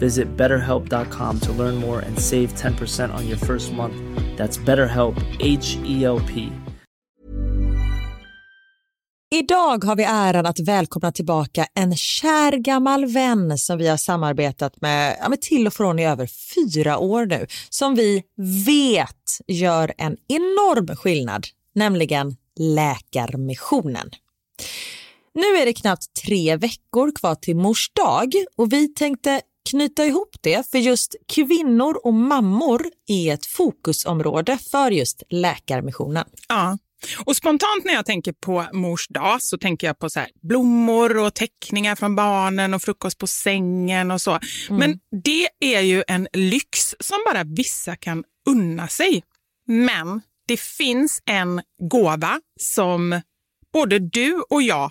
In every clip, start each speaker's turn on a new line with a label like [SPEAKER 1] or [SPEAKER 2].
[SPEAKER 1] Visit betterhelp.com to learn more and save 10% on your first month. That's BetterHelp, H E L P.
[SPEAKER 2] Idag har vi äran att välkomna tillbaka en kär gammal vän som vi har samarbetat med, ja, men till och från i över fyra år nu, som vi vet gör en enorm skillnad, nämligen Läkarmissionen. Nu är det knappt tre veckor kvar till mors dag och vi tänkte knyta ihop det för just kvinnor och mammor är ett fokusområde för just Läkarmissionen.
[SPEAKER 3] Ja. Och spontant när jag tänker på mors dag så tänker jag på så här, blommor och teckningar från barnen och frukost på sängen och så. Men det är ju en lyx som bara vissa kan unna sig. Men det finns en gåva som både du och jag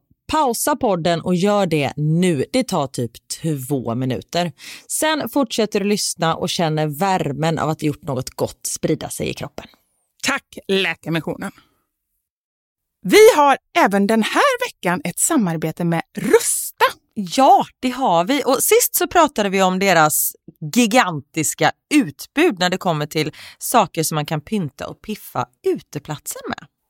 [SPEAKER 2] pausa podden och gör det nu. Det tar typ två minuter. Sen fortsätter du lyssna och känner värmen av att ha gjort något gott sprida sig i kroppen.
[SPEAKER 3] Tack Läkarmissionen! Vi har även den här veckan ett samarbete med Rusta.
[SPEAKER 2] Ja, det har vi. Och sist så pratade vi om deras gigantiska utbud när det kommer till saker som man kan pynta och piffa uteplatsen med.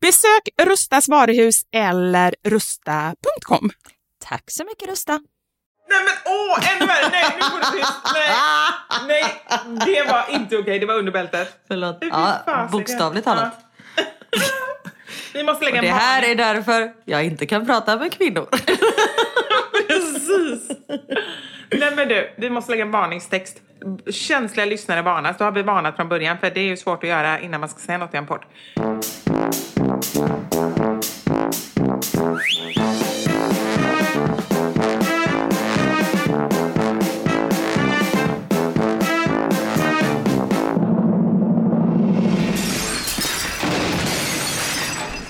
[SPEAKER 3] Besök Rustas varuhus eller rusta.com.
[SPEAKER 2] Tack så mycket Rusta.
[SPEAKER 3] Nej men åh, ännu värre! Nej, nu får du tyst! Nej, nej, det var inte okej. Det var underbältet.
[SPEAKER 2] Förlåt.
[SPEAKER 3] Fy
[SPEAKER 2] Ja,
[SPEAKER 3] fasiken.
[SPEAKER 2] bokstavligt talat.
[SPEAKER 3] Vi måste lägga
[SPEAKER 2] Det
[SPEAKER 3] en
[SPEAKER 2] här är därför jag inte kan prata med kvinnor.
[SPEAKER 3] Precis. Nej men du, vi måste lägga en varningstext. Känsliga lyssnare varnas. Då har vi varnat från början för det är ju svårt att göra innan man ska säga något i en podd.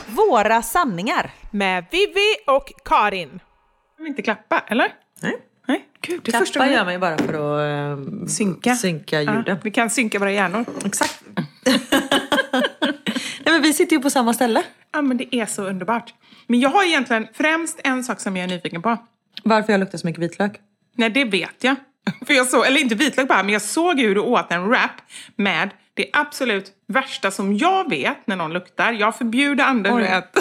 [SPEAKER 2] Våra sanningar.
[SPEAKER 4] Med Vivi och Karin.
[SPEAKER 3] Kan vi inte klappa, eller? Nej. Nej. Gud, det är första
[SPEAKER 2] Klappa
[SPEAKER 3] gången.
[SPEAKER 2] gör mig bara för att eh,
[SPEAKER 3] Synka.
[SPEAKER 2] synka ljuden.
[SPEAKER 3] Ja, vi kan synka våra hjärnor.
[SPEAKER 2] Exakt. Nej, men vi sitter ju på samma ställe.
[SPEAKER 3] Ja, men det är så underbart. Men jag har egentligen främst en sak som jag är nyfiken på.
[SPEAKER 2] Varför jag luktar så mycket vitlök?
[SPEAKER 3] Nej, det vet jag. För jag såg, eller inte vitlök bara, men jag såg hur du åt en wrap med det absolut värsta som jag vet när någon luktar. Jag förbjuder andra nu att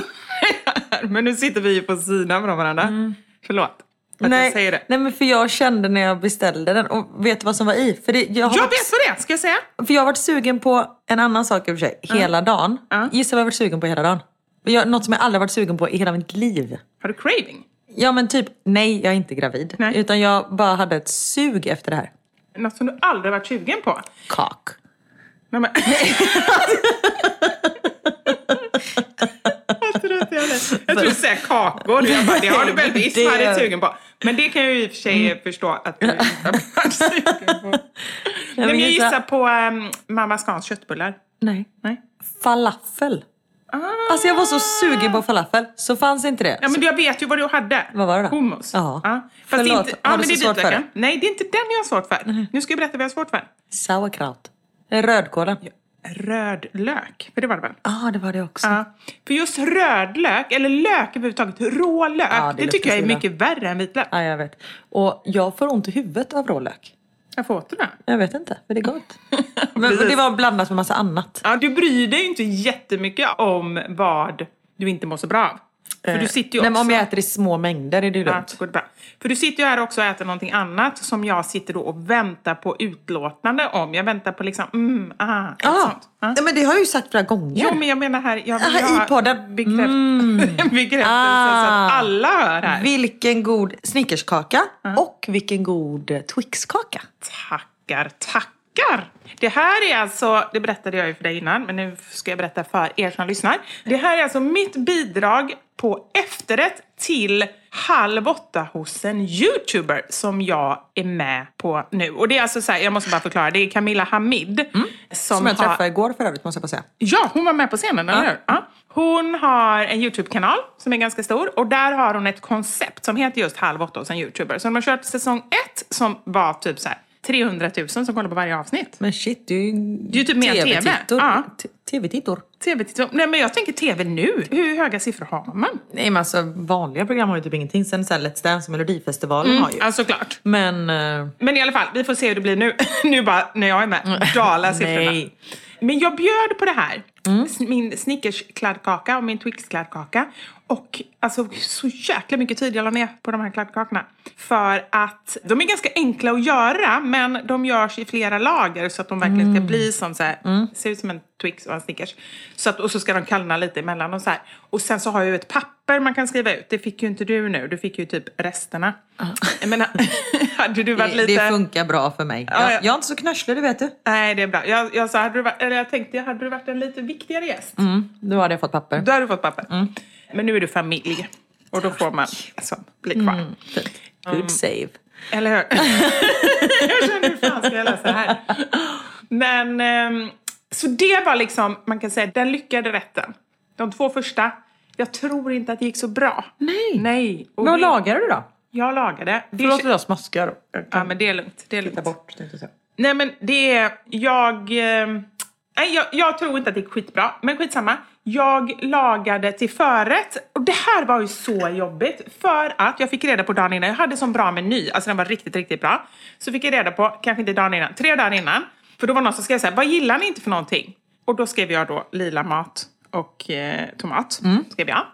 [SPEAKER 3] Men nu sitter vi ju på sidan från varandra. Förlåt att jag säger det.
[SPEAKER 2] Mm. nej, men för jag kände när jag beställde den och vet du vad som var i? För, det, jag, har
[SPEAKER 3] Jag
[SPEAKER 2] varit,
[SPEAKER 3] vet vad det är, ska jag säga?
[SPEAKER 2] för jag har varit sugen på en annan sak i och för sig, hela dagen.
[SPEAKER 3] Ja.
[SPEAKER 2] Gissa vad jag har varit sugen på hela dagen? Jag, något som jag aldrig varit sugen på i hela mitt liv.
[SPEAKER 3] Har du craving?
[SPEAKER 2] Ja men typ, nej jag är inte gravid.
[SPEAKER 3] Nej.
[SPEAKER 2] Utan jag bara hade ett sug efter det här.
[SPEAKER 3] Något som du aldrig varit sugen på?
[SPEAKER 2] Kak.
[SPEAKER 3] Nej, men... Vad trött jag lät. jag tror du säger kakor. Jag bara, det har du väl visst
[SPEAKER 2] Det- Mm.
[SPEAKER 3] varit sugen på. Men det kan jag ju i och för sig förstå att du inte har varit sugen på. Nej, men jag
[SPEAKER 2] gissa-
[SPEAKER 3] gissar på um, Mamma Scans köttbullar.
[SPEAKER 2] Nej.
[SPEAKER 3] Nej. Ah.
[SPEAKER 2] Falafel. Alltså jag var så sugen på falafel, så fanns inte det.
[SPEAKER 3] Ja, men jag vet ju vad du hade.
[SPEAKER 2] Vad var det då?
[SPEAKER 3] Hummus.
[SPEAKER 2] Ja.
[SPEAKER 3] Fast det är
[SPEAKER 2] Förlåt,
[SPEAKER 3] inte,
[SPEAKER 2] har
[SPEAKER 3] ja,
[SPEAKER 2] du
[SPEAKER 3] men det är
[SPEAKER 2] så svårt för Mhm.
[SPEAKER 3] vitlöken. Nej, det är inte den jag har svårt för. Nu ska jag berätta vad jag har svårt för.
[SPEAKER 2] Sauerkraut. Rödkålen. Ja,
[SPEAKER 3] Rödlök, för det var det väl?
[SPEAKER 2] ah, det var det också.
[SPEAKER 3] Ja. För just rödlök, eller lök överhuvudtaget, rå lök,
[SPEAKER 2] Ja, det
[SPEAKER 3] det, tycker
[SPEAKER 2] luktar
[SPEAKER 3] jag är
[SPEAKER 2] så illa.
[SPEAKER 3] mycket värre än vitlök.
[SPEAKER 2] Ja, jag vet. Och jag får ont i huvudet av rålök.
[SPEAKER 3] Jag får åt det.
[SPEAKER 2] Jag vet inte, men det är gott. men det var blandat med massa annat.
[SPEAKER 3] Ja, du bryr dig ju inte jättemycket om vad du inte mår så bra av. För du sitter ju
[SPEAKER 2] Eh, Nej,
[SPEAKER 3] också...
[SPEAKER 2] men om jag äter i små mängder är det ju
[SPEAKER 3] Ja,
[SPEAKER 2] lugnt.
[SPEAKER 3] så går det bra. För du sitter ju här också och äter någonting annat som jag sitter då och väntar på utlåtande om. Jag väntar på liksom, mm, aha, ett
[SPEAKER 2] Ah,
[SPEAKER 3] sånt. Ja.
[SPEAKER 2] Nej, men det har jag ju sagt flera gånger.
[SPEAKER 3] Jo, men jag menar här, jag vill
[SPEAKER 2] Aha, i
[SPEAKER 3] ha
[SPEAKER 2] podden. Mm.
[SPEAKER 3] bekräft- en bekräftelse så
[SPEAKER 2] Ah.
[SPEAKER 3] att alla hör här.
[SPEAKER 2] Vilken
[SPEAKER 3] Ah.
[SPEAKER 2] god snickerskaka och vilken god eh, twixkaka.
[SPEAKER 3] Tackar, tackar. funkar. Det här är alltså, det berättade jag ju för dig innan, men nu ska jag berätta för er som lyssnar. Det här är alltså mitt bidrag på efterrätt till Halv åtta hos en youtuber som jag är med på nu. Och det är alltså så här, jag måste bara förklara, det är Camilla Hamid.
[SPEAKER 2] Mm. Som jag
[SPEAKER 3] har-
[SPEAKER 2] träffade igår för övrigt måste jag bara säga.
[SPEAKER 3] Ah. Ja, hon var med på scenen, eller hur? Ja. Hon har en YouTube-kanal som är ganska stor och där har hon ett koncept som heter just Halv åtta hos en YouTuber. Så de har kört säsong ett som var typ så här 300 000 som kollar på varje avsnitt.
[SPEAKER 2] Men shit, det är ju,
[SPEAKER 3] är ju typ mer TV.
[SPEAKER 2] TV-tittor.
[SPEAKER 3] Ja.
[SPEAKER 2] T- TV-tittor.
[SPEAKER 3] TV, nej men jag tänker TV nu. Hur höga siffror har man?
[SPEAKER 2] Nej men alltså vanliga program har ju typ ingenting. Sen så här Let's Dance och Melodifestivalen har ju.
[SPEAKER 3] Ja, såklart.
[SPEAKER 2] Men eh,
[SPEAKER 3] Men i alla fall, vi får se hur det blir nu. nu bara, när jag är med, dalar siffrorna.
[SPEAKER 2] Nej.
[SPEAKER 3] Men jag bjöd på det här. S- Min Snickers-kladdkaka och min Twix-kladdkaka. Och alltså så jäkla mycket tid jag la ner på de här kladdkakorna. För att de är ganska enkla att göra, men de görs i flera lager så att de verkligen ska bli som så här, ser ut som en Twix och en Snickers. Så att, och så ska de kallna lite emellan och så här. Och sen så har jag ju ett papper man kan skriva ut. Det fick ju inte du nu, du fick ju typ resterna. Men hade du varit
[SPEAKER 2] det,
[SPEAKER 3] lite...
[SPEAKER 2] det funkar bra för mig.
[SPEAKER 3] Ja, ja.
[SPEAKER 2] Jag, jag är inte så knöslig du vet du.
[SPEAKER 3] Nej, det är bra. Jag, jag, sa, hade du varit, eller jag tänkte, hade du varit en lite viktigare gäst,
[SPEAKER 2] Då hade jag fått papper.
[SPEAKER 3] då hade du fått papper.
[SPEAKER 2] Mm.
[SPEAKER 3] Men nu är du familj och då får man alltså, bli kvar.
[SPEAKER 2] Fint. Good save.
[SPEAKER 3] Eller hur? jag känner, hur fan ska jag läsa det här? Men, ehm, så det var liksom, man kan säga, den lyckade rätten. De två första, jag tror inte att det gick så bra.
[SPEAKER 2] Nej.
[SPEAKER 3] Nej. Och
[SPEAKER 2] Vad
[SPEAKER 3] det-
[SPEAKER 2] lagar du då?
[SPEAKER 3] Jag lagade. Det
[SPEAKER 2] Förlåt att jag smaskar. Jag
[SPEAKER 3] Ja,
[SPEAKER 2] kan
[SPEAKER 3] men det är lugnt. Det är lugnt.
[SPEAKER 2] ta bort tänkte jag säga.
[SPEAKER 3] Nej men det är, jag, eh, nej, jag, jag tror inte att det är skitbra, men skitsamma. Jag lagade till förrätt och det här var ju så jobbigt för att jag fick reda på dagen innan, jag hade sån bra meny, alltså den var riktigt, riktigt bra. Så fick jag reda på, kanske inte dagen innan, tre dagar innan, för då var det någon som skrev så här, vad gillar ni inte för någonting? Och då skrev jag då lila mat och eh, tomat.
[SPEAKER 2] Mm.
[SPEAKER 3] Skrev jag.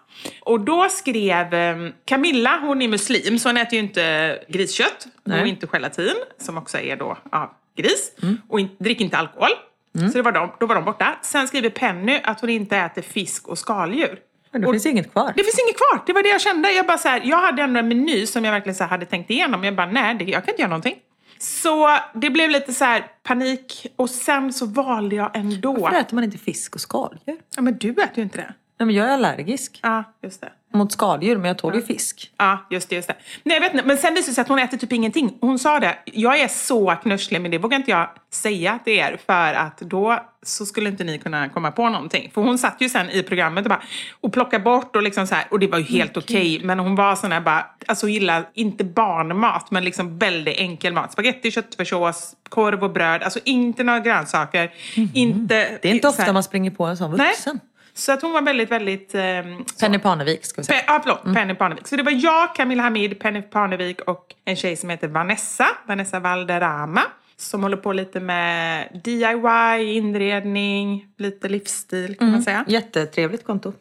[SPEAKER 3] Och då skrev eh, Camilla, hon är muslim så hon äter ju inte griskött och inte gelatin som också är då av gris
[SPEAKER 2] Mm.
[SPEAKER 3] och in, dricker inte alkohol. Så det var de, då var de borta. Sen skriver Penny att hon inte äter fisk och skaldjur.
[SPEAKER 2] Men det finns inget kvar.
[SPEAKER 3] Det finns inget kvar. Det var det jag kände. Jag, bara så här, jag hade ändå en meny som jag verkligen så här hade tänkt igenom. Jag bara, nej, det, jag kan inte göra någonting. Så det blev lite så här panik och sen så valde jag ändå.
[SPEAKER 2] Varför äter man inte fisk och skaldjur?
[SPEAKER 3] Ja, men du äter ju inte det.
[SPEAKER 2] Nej men jag är allergisk
[SPEAKER 3] Ja, just det.
[SPEAKER 2] mot skaldjur men jag tål ju fisk.
[SPEAKER 3] Ja, just det, just det. Nej, jag vet inte. Men sen visade det sig att hon äter typ ingenting. Hon sa det, jag är så knusslig, men det vågar inte jag säga till er för att då så skulle inte ni kunna komma på någonting. För hon satt ju sen i programmet och bara, och plockade bort och liksom så här, och det var ju helt okej. Men hon var sån här bara, alltså hon gillar inte barnmat, men liksom väldigt enkel mat. Spagetti, köttfärssås, korv och bröd. Alltså inte några grönsaker. Inte,
[SPEAKER 2] Mhm. Det är inte
[SPEAKER 3] så här-
[SPEAKER 2] ofta man springer på en sån
[SPEAKER 3] Nej.
[SPEAKER 2] vuxen.
[SPEAKER 3] Så att hon var väldigt, väldigt ehm,
[SPEAKER 2] Penny Parnevik ska vi säga.
[SPEAKER 3] Pe- ah, förlåt, Penny Parnevik. Så det var jag, Camilla Hamid, Penny Parnevik och en tjej som heter Vanessa, Vanessa Valderrama, som håller på lite med DIY, inredning, lite livsstil kan man säga.
[SPEAKER 2] Jättetrevligt konto.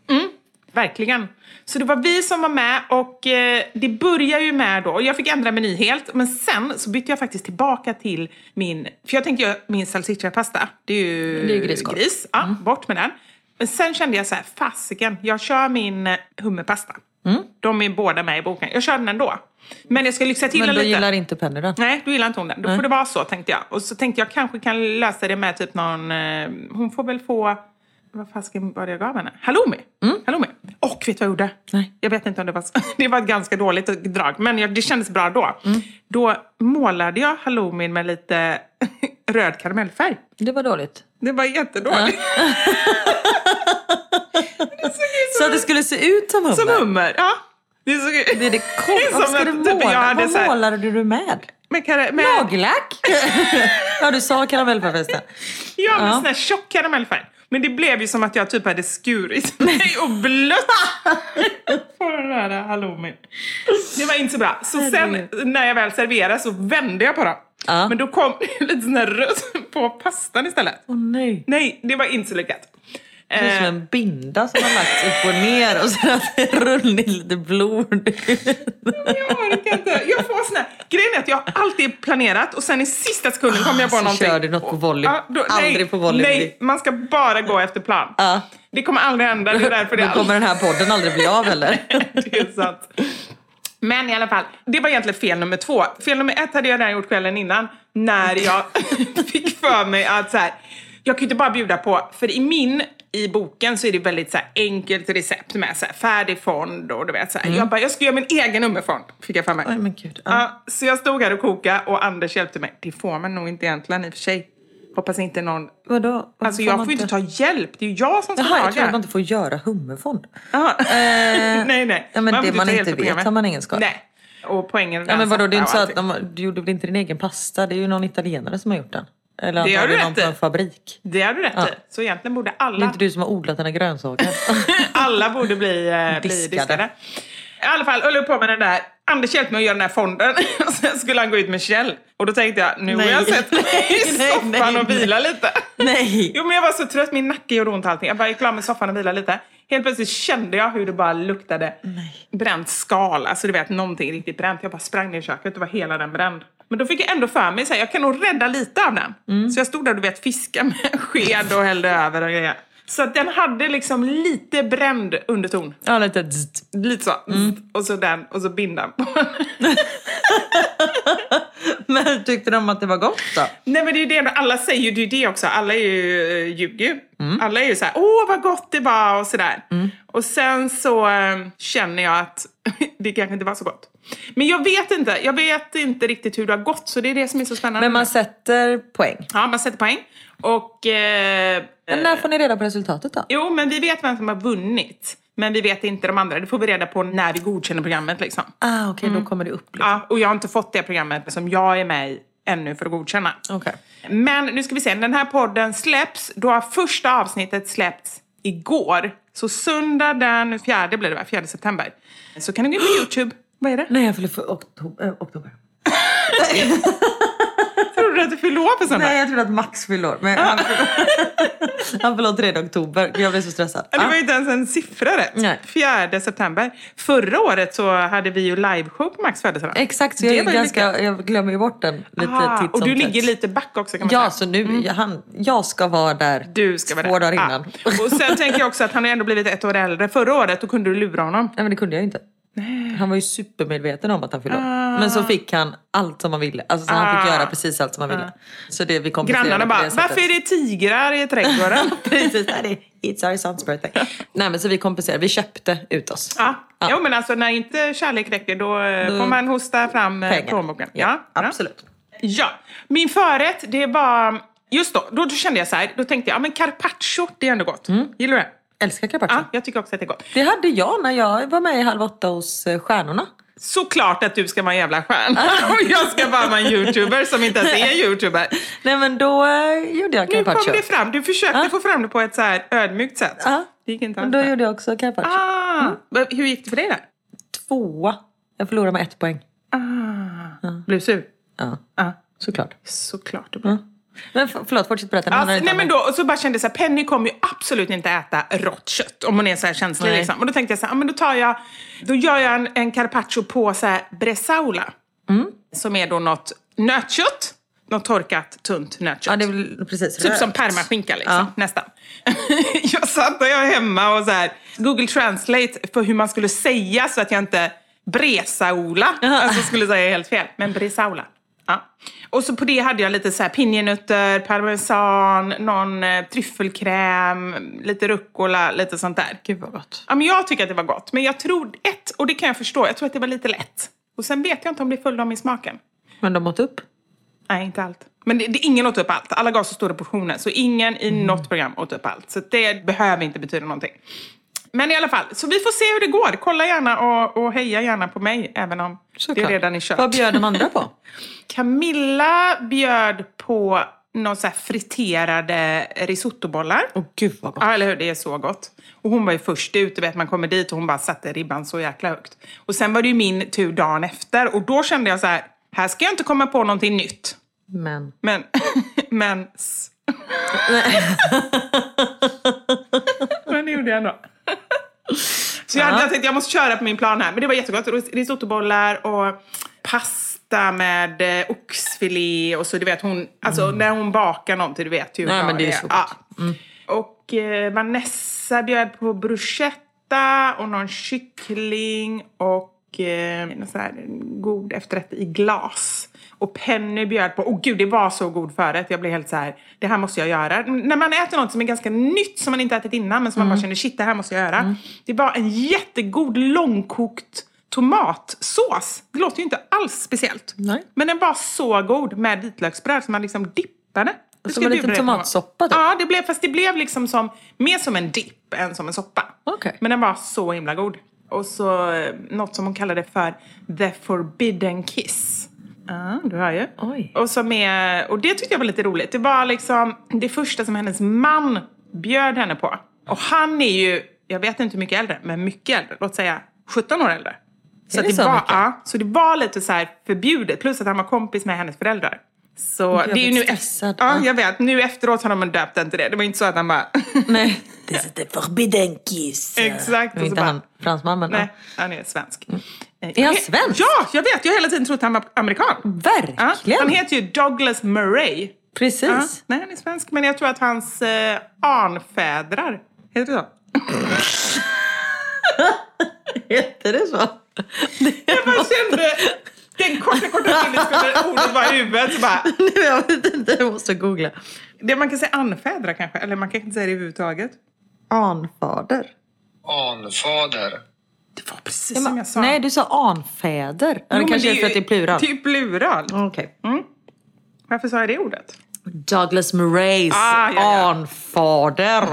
[SPEAKER 3] Verkligen. Så det var vi som var med och eh, det börjar ju med då, och jag fick ändra meny helt, men sen så bytte jag faktiskt tillbaka till min, för jag tänkte göra min salsicciapasta, det är ju,
[SPEAKER 2] Det är ju Mm. griskorv.
[SPEAKER 3] gris, ja, bort med den. Men sen kände jag så här, fasiken, jag kör min eh, hummerpasta.
[SPEAKER 2] Mm.
[SPEAKER 3] De är båda med i boken, jag kör den ändå. Men jag ska lyxa till
[SPEAKER 2] Men
[SPEAKER 3] den
[SPEAKER 2] då
[SPEAKER 3] lite.
[SPEAKER 2] gillar inte Penny den.
[SPEAKER 3] Nej, då gillar inte hon den. Då får det vara så, tänkte jag. Och så tänkte jag kanske kan lösa det med typ någon... Eh, hon får väl få... Vad fasken var det jag gav henne? Halloumi! Halloumi. Och vet du vad jag gjorde?
[SPEAKER 2] Mm. Nej.
[SPEAKER 3] Jag vet inte om det var... så- det var ett ganska dåligt drag, men jag, det kändes bra då.
[SPEAKER 2] Mm.
[SPEAKER 3] Då målade jag halloumin med lite röd karamellfärg.
[SPEAKER 2] Det var dåligt.
[SPEAKER 3] Det var jättedåligt.
[SPEAKER 2] Så att det skulle se ut som hummer?
[SPEAKER 3] Som hummer. Ja. Det är så...
[SPEAKER 2] Det är det
[SPEAKER 3] är
[SPEAKER 2] kom-
[SPEAKER 3] som
[SPEAKER 2] Vad ska
[SPEAKER 3] att
[SPEAKER 2] du
[SPEAKER 3] typ
[SPEAKER 2] måla?
[SPEAKER 3] jag hade
[SPEAKER 2] Vad
[SPEAKER 3] så här-
[SPEAKER 2] målade du med?
[SPEAKER 3] Med kara- med...
[SPEAKER 2] Nagellack? ja, du sa karamellfärgfesten.
[SPEAKER 3] Ja, men
[SPEAKER 2] Ja.
[SPEAKER 3] sån här tjock karamellfärg. Men det blev ju som att jag typ hade skurit mig och blött på den där halloumin. Det var inte så bra. Så sen när jag väl serverade så vände jag på dem.
[SPEAKER 2] Ja.
[SPEAKER 3] Men då kom lite sån här rött på pastan istället.
[SPEAKER 2] Åh nej.
[SPEAKER 3] Nej, det var inte så lyckat.
[SPEAKER 2] Det är som en binda som har lagts upp och ner och sen har det runnit lite blod
[SPEAKER 3] Jag orkar inte. Jag får sån här. Grejen är att jag har alltid planerat och sen i sista sekunden kommer jag på
[SPEAKER 2] Ah, Så
[SPEAKER 3] någonting.
[SPEAKER 2] kör du något på volley.
[SPEAKER 3] Ja, då- nej,
[SPEAKER 2] Aldrig på volley.
[SPEAKER 3] Nej, man ska bara gå efter plan.
[SPEAKER 2] Ja.
[SPEAKER 3] Det kommer aldrig hända. Det är därför det
[SPEAKER 2] Då
[SPEAKER 3] alltid-
[SPEAKER 2] kommer den här podden aldrig bli av heller.
[SPEAKER 3] det är sant. Men i alla fall, det var egentligen fel nummer två. Fel nummer ett hade jag redan gjort kvällen innan när jag fick för mig att så här, jag kunde bara bjuda på, för i min, i boken så är det väldigt så här enkelt recept med så här färdig fond och du vet så här. Jag bara, jag ska göra min egen hummerfond, fick jag för mig.
[SPEAKER 2] Mm. Oj, men gud, ja.
[SPEAKER 3] Ja, så jag stod här och kokade och Anders hjälpte mig. Det får man nog inte egentligen i och för sig. Hoppas inte någon...
[SPEAKER 2] Vadå? Varför
[SPEAKER 3] Alltså jag
[SPEAKER 2] man
[SPEAKER 3] får ju inte ta hjälp, det är ju jag som ska
[SPEAKER 2] Jaha, jag tror att
[SPEAKER 3] laga.
[SPEAKER 2] man inte får göra hummerfond.
[SPEAKER 3] Jaha.
[SPEAKER 2] Eh,
[SPEAKER 3] nej, nej.
[SPEAKER 2] Ja, men
[SPEAKER 3] får
[SPEAKER 2] det man
[SPEAKER 3] ta
[SPEAKER 2] inte
[SPEAKER 3] hjälp i
[SPEAKER 2] vet har man ingen skada.
[SPEAKER 3] Nej. Och poängen alltså
[SPEAKER 2] Ja, men vadå, det är inte så att
[SPEAKER 3] allting.
[SPEAKER 2] de, du gjorde väl inte din egen pasta? Det är ju någon italienare som har gjort den. Eller
[SPEAKER 3] Det har du
[SPEAKER 2] antagligen någon
[SPEAKER 3] rätt
[SPEAKER 2] på
[SPEAKER 3] i.
[SPEAKER 2] en fabrik.
[SPEAKER 3] Det har du rätt
[SPEAKER 2] Ja.
[SPEAKER 3] i. Så egentligen borde
[SPEAKER 2] Det är
[SPEAKER 3] alla,
[SPEAKER 2] inte du som har odlat dina grönsaker.
[SPEAKER 3] alla borde bli, eh, bli
[SPEAKER 2] Diskade.
[SPEAKER 3] diskade. I alla fall, höll jag på med den där. Anders hjälpte mig att göra den här fonden. Och sen skulle han gå ut med Kjell. Och då tänkte jag, nu
[SPEAKER 2] Nej.
[SPEAKER 3] har jag sett mig
[SPEAKER 2] Nej,
[SPEAKER 3] i
[SPEAKER 2] nej,
[SPEAKER 3] soffan och
[SPEAKER 2] nej.
[SPEAKER 3] vila lite.
[SPEAKER 2] Nej.
[SPEAKER 3] Jo men jag var så trött, min nacke gjorde ont och allting. Jag bara gick la mig i soffan och vilade lite. Helt plötsligt kände jag hur det bara luktade bränt skal. Alltså du vet, någonting riktigt bränt. Jag bara sprang ner i köket och var hela den bränd. Men då fick jag ändå för mig, så här, jag kan nog rädda lite av den. Så jag stod där du vet, fiska med en sked och hällde över och grejer. Så att den hade liksom lite bränd underton.
[SPEAKER 2] ja, lite zzzt.
[SPEAKER 3] Lite så. Och så den, och så bindan på.
[SPEAKER 2] Men tyckte de att det var gott då?
[SPEAKER 3] Nej men det är ju det, alla säger ju det, är ju det också. Alla är ju, eh, ljuger ju.
[SPEAKER 2] Mm.
[SPEAKER 3] Alla är ju så här, åh vad gott det var och sådär. Och sen så eh, känner jag att det kanske inte var så gott. Men jag vet inte, jag vet inte riktigt hur det har gått så det är det som är så spännande.
[SPEAKER 2] Men man sätter poäng.
[SPEAKER 3] Ja, man sätter poäng. Och... Eh,
[SPEAKER 2] Men när får ni reda på resultatet då?
[SPEAKER 3] Jo, men vi vet vem som har vunnit. Men vi vet inte de andra. Det får vi reda på när vi godkänner programmet liksom.
[SPEAKER 2] Ah, Okej, då kommer det upp.
[SPEAKER 3] Ja, och jag har inte fått det programmet som jag är med i ännu för att godkänna.
[SPEAKER 2] Okej.
[SPEAKER 3] Men nu ska vi se, när den här podden släpps, då har första avsnittet släppts igår. Så söndag den fjärde blir det va? Fjärde september. Så kan du gå in på Youtube. Vad är det?
[SPEAKER 2] Nej, jag fyller för oktober. eh, oktober.
[SPEAKER 3] Tror du att du fyller år på söndag?
[SPEAKER 2] Nej, jag trodde att Max fyllde år. Men han fyller- han förlåt 3 oktober. Jag blev så stressad.
[SPEAKER 3] Ja, Det var
[SPEAKER 2] Ah.
[SPEAKER 3] ju inte ens en siffra rätt.
[SPEAKER 2] Nej.
[SPEAKER 3] Fjärde september. Förra året så hade vi ju liveshow på Max födelsedag.
[SPEAKER 2] Ah, Exakt, så jag,
[SPEAKER 3] Det
[SPEAKER 2] är
[SPEAKER 3] var ju
[SPEAKER 2] ganska, jag glömmer ju bort den lite
[SPEAKER 3] Ah,
[SPEAKER 2] titt som
[SPEAKER 3] och du
[SPEAKER 2] tätt.
[SPEAKER 3] ligger lite back också kan man
[SPEAKER 2] Ja,
[SPEAKER 3] säga.
[SPEAKER 2] så nu, jag, han, jag ska vara där
[SPEAKER 3] Du ska vara
[SPEAKER 2] två
[SPEAKER 3] där.
[SPEAKER 2] dagar innan.
[SPEAKER 3] Ah. Och sen tänker jag också att han har ändå blivit ett år äldre. Förra året då kunde du lura honom.
[SPEAKER 2] Nej men det kunde jag ju inte. Han var ju supermedveten om att han fyllde år. Men så fick han allt som han ville. Alltså så han fick
[SPEAKER 3] Ah.
[SPEAKER 2] göra precis allt som han ville. Så det vi komplicerade
[SPEAKER 3] Grannarna
[SPEAKER 2] på
[SPEAKER 3] bara,
[SPEAKER 2] det sättet.
[SPEAKER 3] varför är det tigrar i trädgården?
[SPEAKER 2] Precis, nej, det är it's our son's birthday. Nej men så vi kompenserade, vi köpte ut oss.
[SPEAKER 3] Ja. Jo men alltså när inte kärlek räcker då eh, får man hosta fram eh,
[SPEAKER 2] Pengar.
[SPEAKER 3] plånboken.
[SPEAKER 2] Ja,
[SPEAKER 3] ja.
[SPEAKER 2] absolut.
[SPEAKER 3] Ja. Min förrätt det var, just då, då kände jag så här, då tänkte jag, ja men carpaccio det är ändå gott. Gillar du det?
[SPEAKER 2] Mm. Älskar carpaccio.
[SPEAKER 3] Ja, jag tycker också att det är gott.
[SPEAKER 2] Det hade jag när jag var med i Halv åtta hos eh, Stjärnorna.
[SPEAKER 3] Såklart att du ska vara en jävla stjärna och jag ska bara vara en youtuber som inte ens är en youtuber.
[SPEAKER 2] Nej men då eh, gjorde jag
[SPEAKER 3] Nu kom
[SPEAKER 2] carpaccio.
[SPEAKER 3] det fram, du försökte få fram det på ett så här ödmjukt sätt.
[SPEAKER 2] Ja.
[SPEAKER 3] Det gick inte
[SPEAKER 2] Och
[SPEAKER 3] alls
[SPEAKER 2] då
[SPEAKER 3] bra.
[SPEAKER 2] gjorde Mm. jag också carpaccio.
[SPEAKER 3] ah. Men Hur gick det för dig där?
[SPEAKER 2] Tvåa. Jag förlorade med ett poäng.
[SPEAKER 3] Ah. Blev du sur?
[SPEAKER 2] Ja,
[SPEAKER 3] Ja,
[SPEAKER 2] såklart.
[SPEAKER 3] såklart det blev.
[SPEAKER 2] Men f- förlåt, fortsätt berätta.
[SPEAKER 3] Ja,
[SPEAKER 2] Men han har inte
[SPEAKER 3] Ah, nej, men
[SPEAKER 2] använt-
[SPEAKER 3] då, och så bara kände jag så här, Penny kommer ju absolut inte äta rått kött om hon är så här känslig.
[SPEAKER 2] Nej.
[SPEAKER 3] Liksom. Och då tänkte jag så här, ja, men då tar jag, då gör jag en, en carpaccio på så här bresaola.
[SPEAKER 2] Mm.
[SPEAKER 3] Som är då något nötkött, något torkat tunt nötkött.
[SPEAKER 2] Ja, det är väl precis
[SPEAKER 3] Typ
[SPEAKER 2] rött.
[SPEAKER 3] som permaskinka liksom,
[SPEAKER 2] Ja.
[SPEAKER 3] nästan. jag satt och jag hemma och så här, Google Translate på hur man skulle säga så att jag inte bresaola, alltså skulle säga helt fel, men bresaola. Ja. Och så på det hade jag lite så här pinjenötter, parmesan, någon eh, tryffelkräm, lite rucola, lite sånt där.
[SPEAKER 2] Gud vad gott.
[SPEAKER 3] Ja, men jag tycker att det var gott, men jag tror, ett, och det kan jag förstå, jag tror att det var lite lätt. Och sen vet jag inte om det följde om i smaken.
[SPEAKER 2] Men de åt upp.
[SPEAKER 3] Nej, inte allt. Men det, det, ingen åt upp allt. Alla gav så stora portioner. Så ingen i
[SPEAKER 2] Mm.
[SPEAKER 3] något program åt upp allt. Så det behöver inte betyda någonting. Men i alla fall, så vi får se hur det går. Kolla gärna och, och heja gärna på mig, även om det redan är kört.
[SPEAKER 2] Vad bjöd de andra på?
[SPEAKER 3] Camilla bjöd på någon så här friterade risottobollar.
[SPEAKER 2] Åh gud vad gott.
[SPEAKER 3] Ja, eller hur? Det är så gott. Och hon var ju först ut, du vet man kommer dit och hon bara satte ribban så jäkla högt. Och sen var det ju min tur dagen efter och då kände jag så här, här ska jag inte komma på någonting nytt.
[SPEAKER 2] Men.
[SPEAKER 3] Men, men... s- men det gjorde jag ändå. Så jag, hade, jag tänkte jag måste köra på min plan här. Men det var jättegott. Ris- Risottobollar och pasta med eh, oxfilé och så du vet hon, alltså när hon bakar någonting, du vet ju hur
[SPEAKER 2] Mm. Nej,
[SPEAKER 3] bra
[SPEAKER 2] men det är så gott.
[SPEAKER 3] Ja. Mm. Och eh, Vanessa bjöd på bruschetta och någon kyckling och och eh, någon sån här god efterrätt i glas. Och Penny bjöd på, åh gud det var så god förrätt. Jag blev helt så här, det här måste jag göra. N- När man äter något som är ganska nytt som man inte ätit innan men som
[SPEAKER 2] Mm.
[SPEAKER 3] man bara känner shit det här måste jag göra. Det var en jättegod långkokt tomatsås. Det låter ju inte alls speciellt.
[SPEAKER 2] Nej.
[SPEAKER 3] Men den var så god med vitlöksbröd som man liksom dippade. Det
[SPEAKER 2] Som en
[SPEAKER 3] skulle
[SPEAKER 2] liten
[SPEAKER 3] du berätta om.
[SPEAKER 2] tomatsoppa då?
[SPEAKER 3] Ja, det blev, fast det blev liksom som, mer som en dipp än som en soppa.
[SPEAKER 2] Okej.
[SPEAKER 3] Men den var så himla god. Och så eh, något som hon kallade för the forbidden kiss. Ja, du hör ju.
[SPEAKER 2] Oj.
[SPEAKER 3] Och, som är, och det tyckte jag var lite roligt. Det var liksom det första som hennes man bjöd henne på. Och han är ju, jag vet inte hur mycket äldre, men mycket äldre. Låt säga 17 år äldre. Så,
[SPEAKER 2] Är
[SPEAKER 3] att
[SPEAKER 2] det
[SPEAKER 3] det
[SPEAKER 2] så
[SPEAKER 3] var,
[SPEAKER 2] mycket?
[SPEAKER 3] ja, så det var lite så här förbjudet. Plus att han var kompis med hennes föräldrar. Så
[SPEAKER 2] jag
[SPEAKER 3] det är ju
[SPEAKER 2] blir
[SPEAKER 3] nu
[SPEAKER 2] stressad.
[SPEAKER 3] Ja,
[SPEAKER 2] Ja.
[SPEAKER 3] jag vet. Nu efteråt har de döpt den till det. Det var inte så att han bara...
[SPEAKER 2] Nej. This is the forbidden kiss.
[SPEAKER 3] Exakt,
[SPEAKER 2] Det är
[SPEAKER 3] och så
[SPEAKER 2] inte
[SPEAKER 3] bara-
[SPEAKER 2] han fransman men
[SPEAKER 3] Nej, han är svensk.
[SPEAKER 2] Är han svensk?
[SPEAKER 3] Ja, jag vet. Jag har hela tiden trott han var amerikan. Ja,
[SPEAKER 2] Verkligen.
[SPEAKER 3] han heter ju Douglas Murray.
[SPEAKER 2] Precis.
[SPEAKER 3] Ja, nej, han är svensk. Men jag tror att hans eh, anfädrar, heter det så?
[SPEAKER 2] Heter det så?
[SPEAKER 3] Jag bara kände den korta, korta stunden skulle ordet vara i huvudet. Så bara,
[SPEAKER 2] Nu, jag vet inte, jag måste googla.
[SPEAKER 3] det, man kan säga anfädrar kanske, eller man kan inte säga det överhuvudtaget.
[SPEAKER 2] Anfader.
[SPEAKER 5] Anfader.
[SPEAKER 3] Det var precis som jag sa.
[SPEAKER 2] Nej, du sa anfäder. Ja,
[SPEAKER 3] Jo,
[SPEAKER 2] det
[SPEAKER 3] men
[SPEAKER 2] kanske är
[SPEAKER 3] ju-
[SPEAKER 2] för att det är plural.
[SPEAKER 3] Det är ju plural.
[SPEAKER 2] Okej.
[SPEAKER 3] Varför sa jag det ordet?
[SPEAKER 2] Douglas Murrays
[SPEAKER 3] Ah, ja, ja.
[SPEAKER 2] anfader.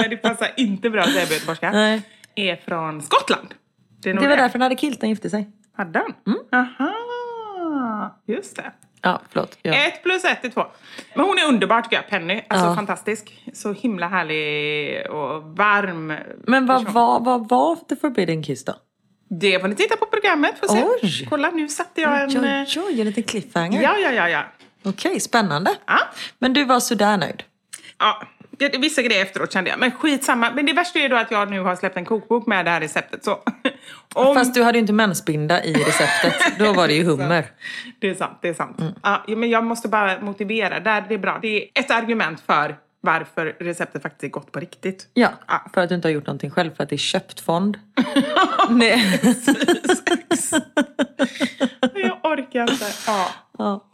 [SPEAKER 3] Nej, det passar inte bra att säga på göteborgska.
[SPEAKER 2] Nej.
[SPEAKER 3] Är från Skottland. är nog
[SPEAKER 2] Det var därför Mm. han hade kilten gifte sig.
[SPEAKER 3] Hade han? Aha, just det.
[SPEAKER 2] Ja, förlåt. Ja.
[SPEAKER 3] Ett plus ett är två. Men hon är underbar tycker jag, Penny. Alltså
[SPEAKER 2] Ja.
[SPEAKER 3] fantastisk. Så himla härlig och varm.
[SPEAKER 2] Men vad
[SPEAKER 3] person.
[SPEAKER 2] var, vad var The Forbidden Kiss då?
[SPEAKER 3] Det får ni titta på programmet för att se.
[SPEAKER 2] Oj.
[SPEAKER 3] Kolla, nu satte jag en...
[SPEAKER 2] Oj,
[SPEAKER 3] eh,
[SPEAKER 2] oj, oj, en liten cliffhanger.
[SPEAKER 3] Ja, ja, ja, ja.
[SPEAKER 2] Okej, spännande.
[SPEAKER 3] Ja.
[SPEAKER 2] Men du var sådär nöjd?
[SPEAKER 3] ja. det- det- Vissa grejer efteråt kände jag, men skitsamma. Men det värsta är ju då att jag nu har släppt en kokbok med det här receptet. Så. Om...
[SPEAKER 2] Fast du hade ju inte mensbinda i receptet. Då var det ju hummer.
[SPEAKER 3] Det är sant. Det är sant. Ja, men jag måste bara motivera. Där det är bra. Det är ett argument för varför receptet faktiskt är gott på riktigt.
[SPEAKER 2] Ja, ah,
[SPEAKER 3] Ja.
[SPEAKER 2] för att du inte har gjort någonting själv, för att det är köpt fond. Nej.
[SPEAKER 3] Jag orkar inte. Ja.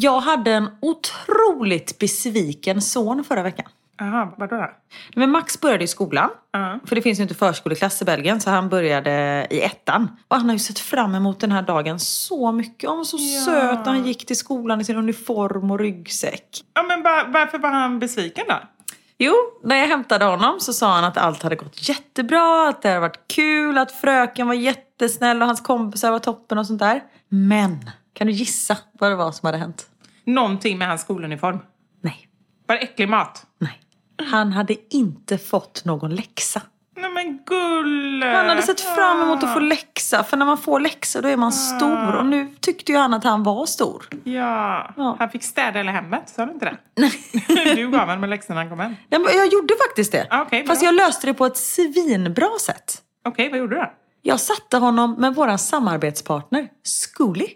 [SPEAKER 2] Jag hade en otroligt besviken son förra veckan.
[SPEAKER 3] Aha, vadå då?
[SPEAKER 2] Men Max började i skolan.
[SPEAKER 3] Ja.
[SPEAKER 2] För det finns ju inte förskoleklass i Belgien så han började i ettan. Och han har ju sett fram emot den här dagen så mycket. Han var så söt när han gick till skolan i sin uniform och ryggsäck.
[SPEAKER 3] Ja, men va- varför var han besviken då?
[SPEAKER 2] Jo, när jag hämtade honom så sa han att allt hade gått jättebra, att det hade varit kul, att fröken var jättesnäll och hans kompisar var toppen och sånt där. Men, kan du gissa vad det var som hade hänt?
[SPEAKER 3] Någonting med hans skoluniform.
[SPEAKER 2] Nej,
[SPEAKER 3] Var det äcklig mat?
[SPEAKER 2] nej. Han hade inte fått någon läxa.
[SPEAKER 3] Nej men gull!
[SPEAKER 2] Han hade sett fram emot att få läxa, för när man får läxa då är man stor. Och nu tyckte ju han att han var stor.
[SPEAKER 3] Ja.
[SPEAKER 2] Ja.
[SPEAKER 3] Han fick städa hela hemmet, sa du inte det? du gav honom läxorna när han kom hem.
[SPEAKER 2] Nej, men Jag gjorde faktiskt det.
[SPEAKER 3] Ah, okej, bra.
[SPEAKER 2] Fast jag löste det på ett svinbra sätt.
[SPEAKER 3] Okej, vad gjorde du då?
[SPEAKER 2] Jag satte honom med vår samarbetspartner, Zcooly.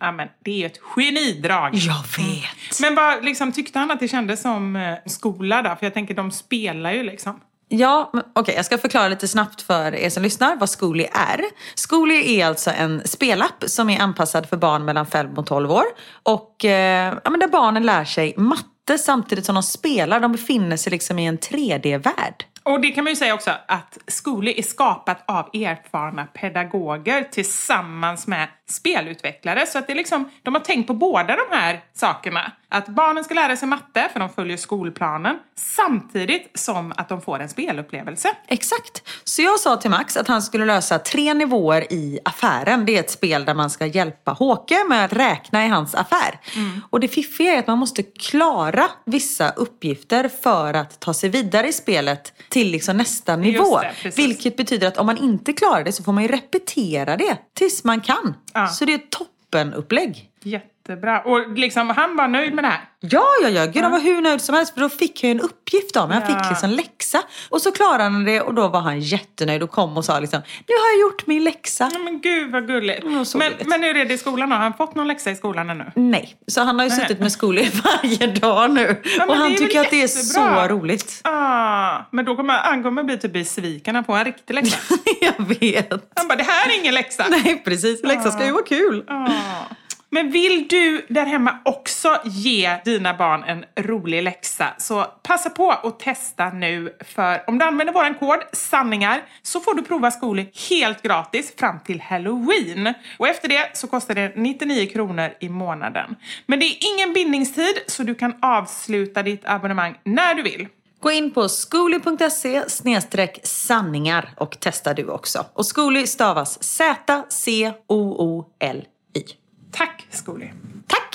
[SPEAKER 3] Ja, men det är ju ett genidrag.
[SPEAKER 2] Jag vet.
[SPEAKER 3] Men vad, liksom, tyckte han att det kändes som eh, skola då? För jag tänker, de spelar ju liksom.
[SPEAKER 2] Ja, men okej, jag ska förklara lite snabbt för er som lyssnar vad Zcooly är. Zcooly är alltså en spelapp som är anpassad för barn mellan 5 och 12 år. Och eh, ja, men där barnen lär sig matte samtidigt som de spelar. De befinner sig liksom i en 3D-värld.
[SPEAKER 3] Och det kan man ju säga också att Zcooly är skapat av erfarna pedagoger tillsammans med spelutvecklare. Så att det är liksom, de har tänkt på båda de här sakerna. Att barnen ska lära sig matte, för de följer skolplanen, samtidigt som att de får en spelupplevelse.
[SPEAKER 2] Exakt. Så jag sa till Max att han skulle lösa tre nivåer i affären. Det är ett spel där man ska hjälpa Håke med att räkna i hans affär.
[SPEAKER 3] Mm.
[SPEAKER 2] Och det fiffiga är att man måste klara vissa uppgifter för att ta sig vidare i spelet till liksom nästa nivå.
[SPEAKER 3] det, precis.
[SPEAKER 2] Vilket betyder att om man inte klarar det så får man ju repetera det tills man kan. Så det är ett toppenupplägg.
[SPEAKER 3] jättebra. Och liksom, han var nöjd med det här.
[SPEAKER 2] Ja, ja, ja. Gud, han var hur nöjd som helst. För då fick jag ju en uppgift av mig. Han
[SPEAKER 3] Ja.
[SPEAKER 2] fick liksom läxa. Och så klarade han det och då var han jättenöjd och kom och sa liksom, nu har jag gjort min läxa.
[SPEAKER 3] Ja, Men gud vad gulligt.
[SPEAKER 2] Ja, så
[SPEAKER 3] men,
[SPEAKER 2] gulligt.
[SPEAKER 3] men hur är det i skolan då? Har han fått någon läxa i skolan ännu?
[SPEAKER 2] Nej, så han har ju
[SPEAKER 3] Nej.
[SPEAKER 2] suttit med skolor varje dag nu.
[SPEAKER 3] men
[SPEAKER 2] och
[SPEAKER 3] det
[SPEAKER 2] han
[SPEAKER 3] är väl
[SPEAKER 2] tycker att det är
[SPEAKER 3] jättebra.
[SPEAKER 2] så roligt.
[SPEAKER 3] Ah, men då kommer han kommer bli typ besviken när han får en riktig läxa.
[SPEAKER 2] jag vet.
[SPEAKER 3] Han bara, det här är ingen läxa.
[SPEAKER 2] Nej, precis. Läxa ska ju vara kul.
[SPEAKER 3] Ah. Men vill du där hemma också ge dina barn en rolig läxa så passa på att testa nu för om du använder våran kod SANNINGAR så får du prova Zcooly helt gratis fram till halloween. Och efter det så kostar det 99 kronor i månaden. Men det är ingen bindningstid så du kan avsluta ditt abonnemang när du vill.
[SPEAKER 2] Gå in på zcooly.se snedstreck sanningar och testa du också. Och Zcooly stavas Z-C-O-O-L-Y.
[SPEAKER 3] Tack Zcooly!
[SPEAKER 2] Tack!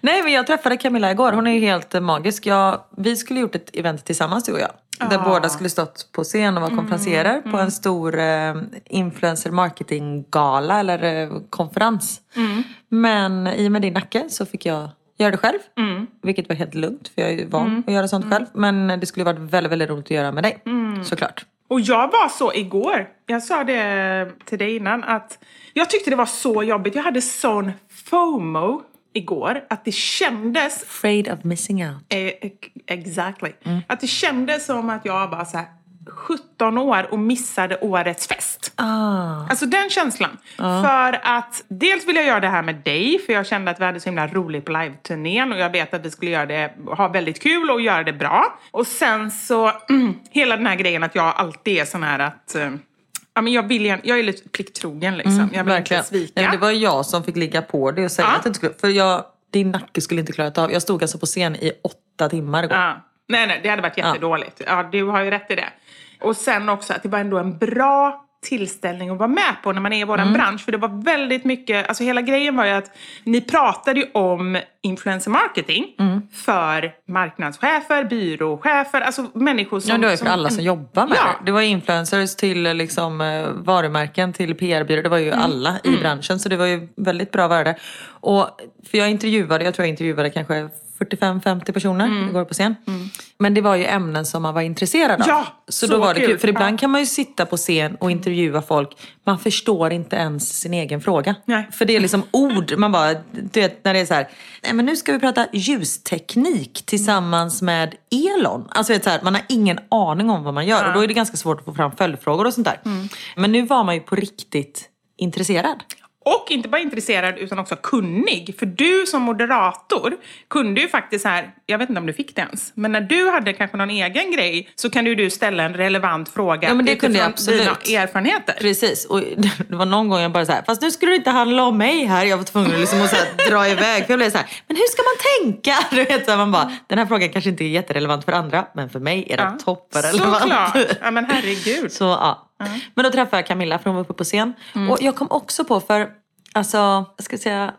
[SPEAKER 2] Nej men jag träffade Camilla igår, hon är ju helt eh, magisk. Jag, vi skulle gjort ett event tillsammans du och jag. Där båda skulle stått på scen och vara konferencierer på en stor eh, influencer marketing gala eller eh, konferens. Men i och med din nacke så fick jag göra det själv. Vilket var helt lugnt för jag är ju van att göra sånt själv. Men det skulle varit väldigt, väldigt roligt att göra med dig. Såklart.
[SPEAKER 3] Och jag var så igår. Jag sa det till dig innan att jag tyckte det var så jobbigt. Jag hade sån FOMO igår att det kändes
[SPEAKER 2] Afraid of missing out.
[SPEAKER 3] Eh, ex- Exactly.
[SPEAKER 2] Mm.
[SPEAKER 3] Att det kändes som att jag var så här 17 år och missade årets fest.
[SPEAKER 2] Ah.
[SPEAKER 3] Alltså den känslan. För att dels vill jag göra det här med dig, för jag kände att vi hade så himla roligt på live-turnén och jag vet att vi skulle göra det, ha väldigt kul och göra det bra. Och sen så, hela den här grejen att jag alltid är sån här att eh, Ja, men jag, vill, igen- jag är lite plikttrogen liksom. jag vill
[SPEAKER 2] Mm, Verkligen.
[SPEAKER 3] inte svika.
[SPEAKER 2] Nej, men det var jag som fick ligga på det och säga
[SPEAKER 3] Ja.
[SPEAKER 2] att det inte skulle... För jag, din nacke skulle inte klara av. Jag stod alltså på scen i åtta timmar igår.
[SPEAKER 3] Ja. Nej, nej, det hade varit jättedåligt. Ja. du har ju rätt i det. Och sen också att det var ändå en bra tillställning att vara med på när man är i
[SPEAKER 2] Mm.
[SPEAKER 3] vår bransch. För det var väldigt mycket, alltså hela grejen var ju att ni pratade ju om influencer marketing
[SPEAKER 2] Mm.
[SPEAKER 3] för marknadschefer, byråchefer, alltså människor som...
[SPEAKER 2] Ja, men det var ju för
[SPEAKER 3] som-
[SPEAKER 2] alla som jobbar med
[SPEAKER 3] Ja.
[SPEAKER 2] det. Det var ju influencers till liksom, eh, varumärken, till PR-byrå. Det var
[SPEAKER 3] Mm.
[SPEAKER 2] ju alla i branschen. Så det var ju väldigt bra värde. Och, för jag intervjuade, jag tror jag intervjuade kanske 45-50 personer
[SPEAKER 3] Mm.
[SPEAKER 2] igår på scen. Men det var ju ämnen som man var intresserad av.
[SPEAKER 3] Ja,
[SPEAKER 2] så,
[SPEAKER 3] så
[SPEAKER 2] då var det
[SPEAKER 3] kul.
[SPEAKER 2] kul. För ibland
[SPEAKER 3] Ja.
[SPEAKER 2] kan man ju sitta på scen och intervjua folk. Man förstår inte ens sin egen fråga.
[SPEAKER 3] Nej.
[SPEAKER 2] För det är liksom ord. Man bara, du vet när det är så här. Nej men nu ska vi prata ljusteknik tillsammans med Elon. Alltså vet, så här, man har ingen aning om vad man gör. Och då är det ganska svårt att få fram följdfrågor och sånt där. Men nu var man ju på riktigt intresserad.
[SPEAKER 3] Och inte bara intresserad utan också kunnig. För du som moderator kunde ju faktiskt så här, jag vet inte om du fick det ens, men när du hade kanske någon egen grej så kan ju du ställa en relevant fråga
[SPEAKER 2] Ja, men det kunde jag
[SPEAKER 3] utifrån
[SPEAKER 2] absolut.
[SPEAKER 3] dina erfarenheter.
[SPEAKER 2] Precis, och det var någon gång jag bara så här, fast nu skulle det inte handla om mig här. Jag var tvungen liksom att så här, dra iväg. För jag blev så här, men hur ska man tänka? Du vet, så här, man bara, den här frågan kanske inte är jätterelevant för andra, men för mig är den toppenrelevant.
[SPEAKER 3] Såklart! Ja, men herregud.
[SPEAKER 2] Så ja. Men då träffade jag Camilla för hon var uppe på scen.
[SPEAKER 3] Mm.
[SPEAKER 2] Och jag kom också på för, alltså, jag ska säga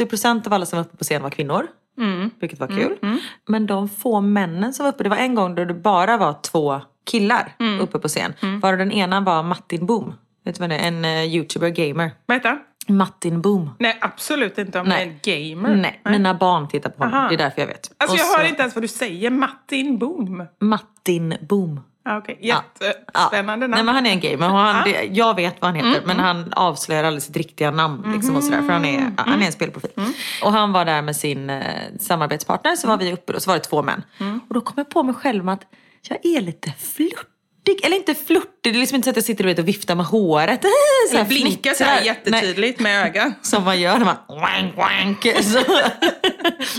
[SPEAKER 2] 80% av alla som var uppe på scen var kvinnor.
[SPEAKER 3] Mm.
[SPEAKER 2] Vilket var kul. Men de få männen som var uppe, det var en gång då det bara var två killar
[SPEAKER 3] Mm.
[SPEAKER 2] uppe på scen. Varav den ena var Martin Boom. Vet du vad det är? En eh, youtuber gamer.
[SPEAKER 3] Vad heter han?
[SPEAKER 2] Martin Boom.
[SPEAKER 3] Nej, absolut inte om
[SPEAKER 2] Nej.
[SPEAKER 3] det är en gamer.
[SPEAKER 2] Nej, mina barn tittar på honom.
[SPEAKER 3] Mm. Aha.
[SPEAKER 2] Det är därför jag vet.
[SPEAKER 3] Alltså
[SPEAKER 2] Och
[SPEAKER 3] jag
[SPEAKER 2] så-
[SPEAKER 3] hör inte ens vad du säger. Martin Boom.
[SPEAKER 2] Martin Boom.
[SPEAKER 3] Ah, Okej,
[SPEAKER 2] Ja.
[SPEAKER 3] jättespännande
[SPEAKER 2] Nej,
[SPEAKER 3] namn. Mm,
[SPEAKER 2] men han är en gamer. Och han, det, jag vet vad han heter, men han avslöjar aldrig sitt riktiga namn. Liksom, och
[SPEAKER 3] Mm-hmm.
[SPEAKER 2] sådär, för han är, ja, han är en spelprofil.
[SPEAKER 3] Mm.
[SPEAKER 2] Och han var där med sin eh, samarbetspartner, så var vi uppe och så var det två män.
[SPEAKER 3] Mm.
[SPEAKER 2] Och då kom jag på mig själv med att jag är lite flörtig. Eller inte flörtig, det är liksom inte så att jag sitter du vet, och viftar med håret. Så
[SPEAKER 3] Eller
[SPEAKER 2] här
[SPEAKER 3] blinkar så
[SPEAKER 2] fnittrar.
[SPEAKER 3] här
[SPEAKER 2] Nej.
[SPEAKER 3] jättetydligt med ögat.
[SPEAKER 2] Som man gör när man wank wank. Så.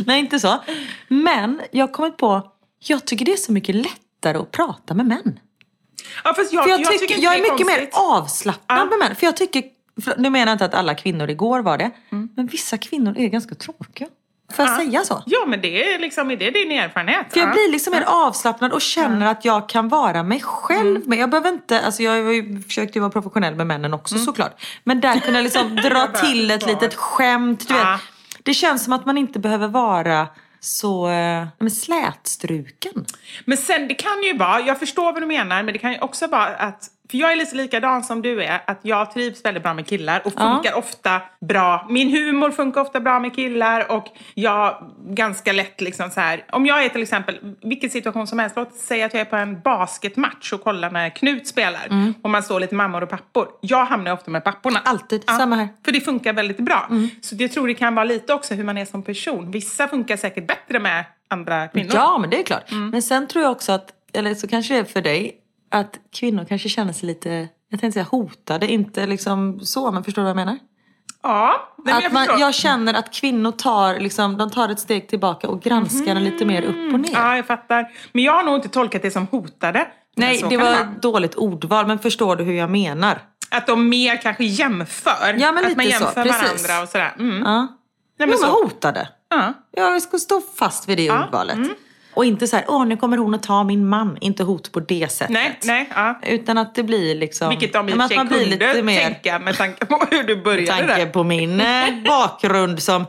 [SPEAKER 2] Nej, inte så. Men jag har kommit på, jag tycker det är så mycket lättare att prata med män.
[SPEAKER 3] Ja, fast jag,
[SPEAKER 2] För jag,
[SPEAKER 3] jag
[SPEAKER 2] tycker,
[SPEAKER 3] tycker inte
[SPEAKER 2] jag är
[SPEAKER 3] det
[SPEAKER 2] mycket mer
[SPEAKER 3] konstigt.
[SPEAKER 2] avslappnad
[SPEAKER 3] Ja.
[SPEAKER 2] med män. För jag tycker, för, nu menar jag inte att alla kvinnor igår var det, men vissa kvinnor är ganska tråkiga. Får jag säga så?
[SPEAKER 3] Mm. Ja, men det är liksom, är det din erfarenhet?
[SPEAKER 2] För jag
[SPEAKER 3] Ja. Mm.
[SPEAKER 2] blir liksom mer avslappnad och känner att jag kan vara mig själv. Men jag behöver inte, alltså jag har ju- försökte ju vara professionell med männen också
[SPEAKER 3] Mm.
[SPEAKER 2] såklart. Men där kunde jag liksom dra till ett litet skämt. Du
[SPEAKER 3] Ja.
[SPEAKER 2] vet. Det känns som att man inte behöver vara så eh, men slätstruken.
[SPEAKER 3] Men sen, det kan ju vara, jag förstår vad du menar, men det kan ju också vara att För jag är lite likadan som du är, att jag trivs väldigt bra med killar och funkar ofta bra. Min humor funkar ofta bra med killar och jag ganska lätt liksom så här. Om jag är till exempel, vilken situation som helst, låt säga att jag är på en basketmatch och kollar när Knut spelar
[SPEAKER 2] Mm.
[SPEAKER 3] och man står lite mammor och pappor. Jag hamnar ofta med papporna.
[SPEAKER 2] Alltid. Samma här. Mm.
[SPEAKER 3] För det funkar väldigt bra. Så jag tror det kan vara lite också hur man är som person. Vissa funkar säkert bättre med andra kvinnor. Mm.
[SPEAKER 2] Ja, men det är klart. Men sen tror jag också att, eller så kanske det är för dig, att kvinnor kanske känner sig lite, jag tänkte säga hotade, inte liksom så, men förstår du vad jag menar?
[SPEAKER 3] Ja, nej, men
[SPEAKER 2] att
[SPEAKER 3] jag
[SPEAKER 2] jag,
[SPEAKER 3] förstår.
[SPEAKER 2] man, jag känner att kvinnor tar, liksom, de tar ett steg tillbaka och granskar den lite mer upp och ner.
[SPEAKER 3] Mm. Ja, jag fattar. Men jag har nog inte tolkat det som hotade. Men
[SPEAKER 2] Nej,
[SPEAKER 3] så
[SPEAKER 2] det
[SPEAKER 3] kan
[SPEAKER 2] var
[SPEAKER 3] vara.
[SPEAKER 2] ett dåligt ordval, men förstår du hur jag menar?
[SPEAKER 3] Att de mer kanske jämför.
[SPEAKER 2] Ja, men
[SPEAKER 3] att
[SPEAKER 2] lite
[SPEAKER 3] man
[SPEAKER 2] så,
[SPEAKER 3] jämför
[SPEAKER 2] precis.
[SPEAKER 3] varandra och sådär. Mm.
[SPEAKER 2] Ja.
[SPEAKER 3] Nej,
[SPEAKER 2] jo,
[SPEAKER 3] men
[SPEAKER 2] men
[SPEAKER 3] så.
[SPEAKER 2] hotade.
[SPEAKER 3] Ja. mm.
[SPEAKER 2] Jag ska stå fast vid det ordvalet. Och inte så här, åh nu kommer hon att ta min man. Inte hot på det sättet.
[SPEAKER 3] Nej, nej. Ja.
[SPEAKER 2] Utan att det blir liksom...
[SPEAKER 3] Vilket de i
[SPEAKER 2] Ja, men
[SPEAKER 3] och för
[SPEAKER 2] att
[SPEAKER 3] sig
[SPEAKER 2] man
[SPEAKER 3] kunde
[SPEAKER 2] blir lite mer...
[SPEAKER 3] tänka med tanke på hur du
[SPEAKER 2] Med
[SPEAKER 3] började
[SPEAKER 2] tanke
[SPEAKER 3] där.
[SPEAKER 2] på min eh, bakgrund som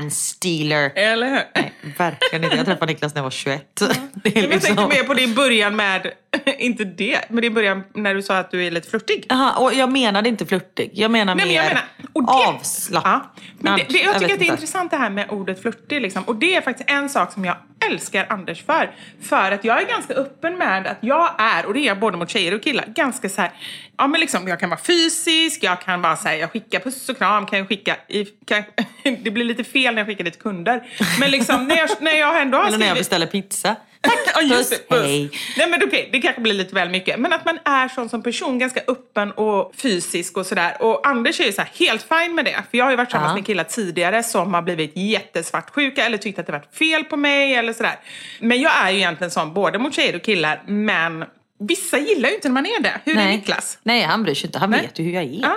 [SPEAKER 2] manstealer.
[SPEAKER 3] Eller hur?
[SPEAKER 2] Nej, verkligen inte. Jag träffade Niklas när jag var 21. Det liksom-
[SPEAKER 3] Men jag tänkte mer på din början med, inte det, men din början när du sa att du är lite flörtig.
[SPEAKER 2] Aha, och jag menade inte flörtig. Jag menar
[SPEAKER 3] Nej,
[SPEAKER 2] mer
[SPEAKER 3] men jag menar, och det,
[SPEAKER 2] avslappnad.
[SPEAKER 3] Ja, men det, det, jag tycker
[SPEAKER 2] vet
[SPEAKER 3] att det är
[SPEAKER 2] inte.
[SPEAKER 3] intressant det här med ordet flörtig. Liksom. Och det är faktiskt en sak som jag älskar Anders för. För att jag är ganska öppen med att jag är, och det är jag både mot tjejer och killar, ganska så här, ja men liksom jag kan vara fysisk, jag kan vara så här, jag skickar puss och kram, kan jag skicka, i, kan, det blir lite fel när jag skickar dit kunder. Men liksom när jag, när jag ändå har
[SPEAKER 2] Eller när jag
[SPEAKER 3] skrivit-
[SPEAKER 2] beställer pizza.
[SPEAKER 3] Ja, just det. Puss.
[SPEAKER 2] hej.
[SPEAKER 3] Nej, men okej, det kanske blir lite väl mycket. Men att man är sån som person, ganska öppen och fysisk och sådär. Och Anders är ju så här, helt fin med det. För jag har ju varit tillsammans
[SPEAKER 2] Ja.
[SPEAKER 3] med killar tidigare som har blivit jättesvartsjuka eller tyckt att det varit fel på mig eller sådär. Men jag är ju egentligen sån både mot tjejer och killar, men vissa gillar ju inte när man är det. Hur är Niklas?
[SPEAKER 2] Nej, han bryr sig inte. Han
[SPEAKER 3] Nej.
[SPEAKER 2] vet ju hur jag är.
[SPEAKER 3] Ja.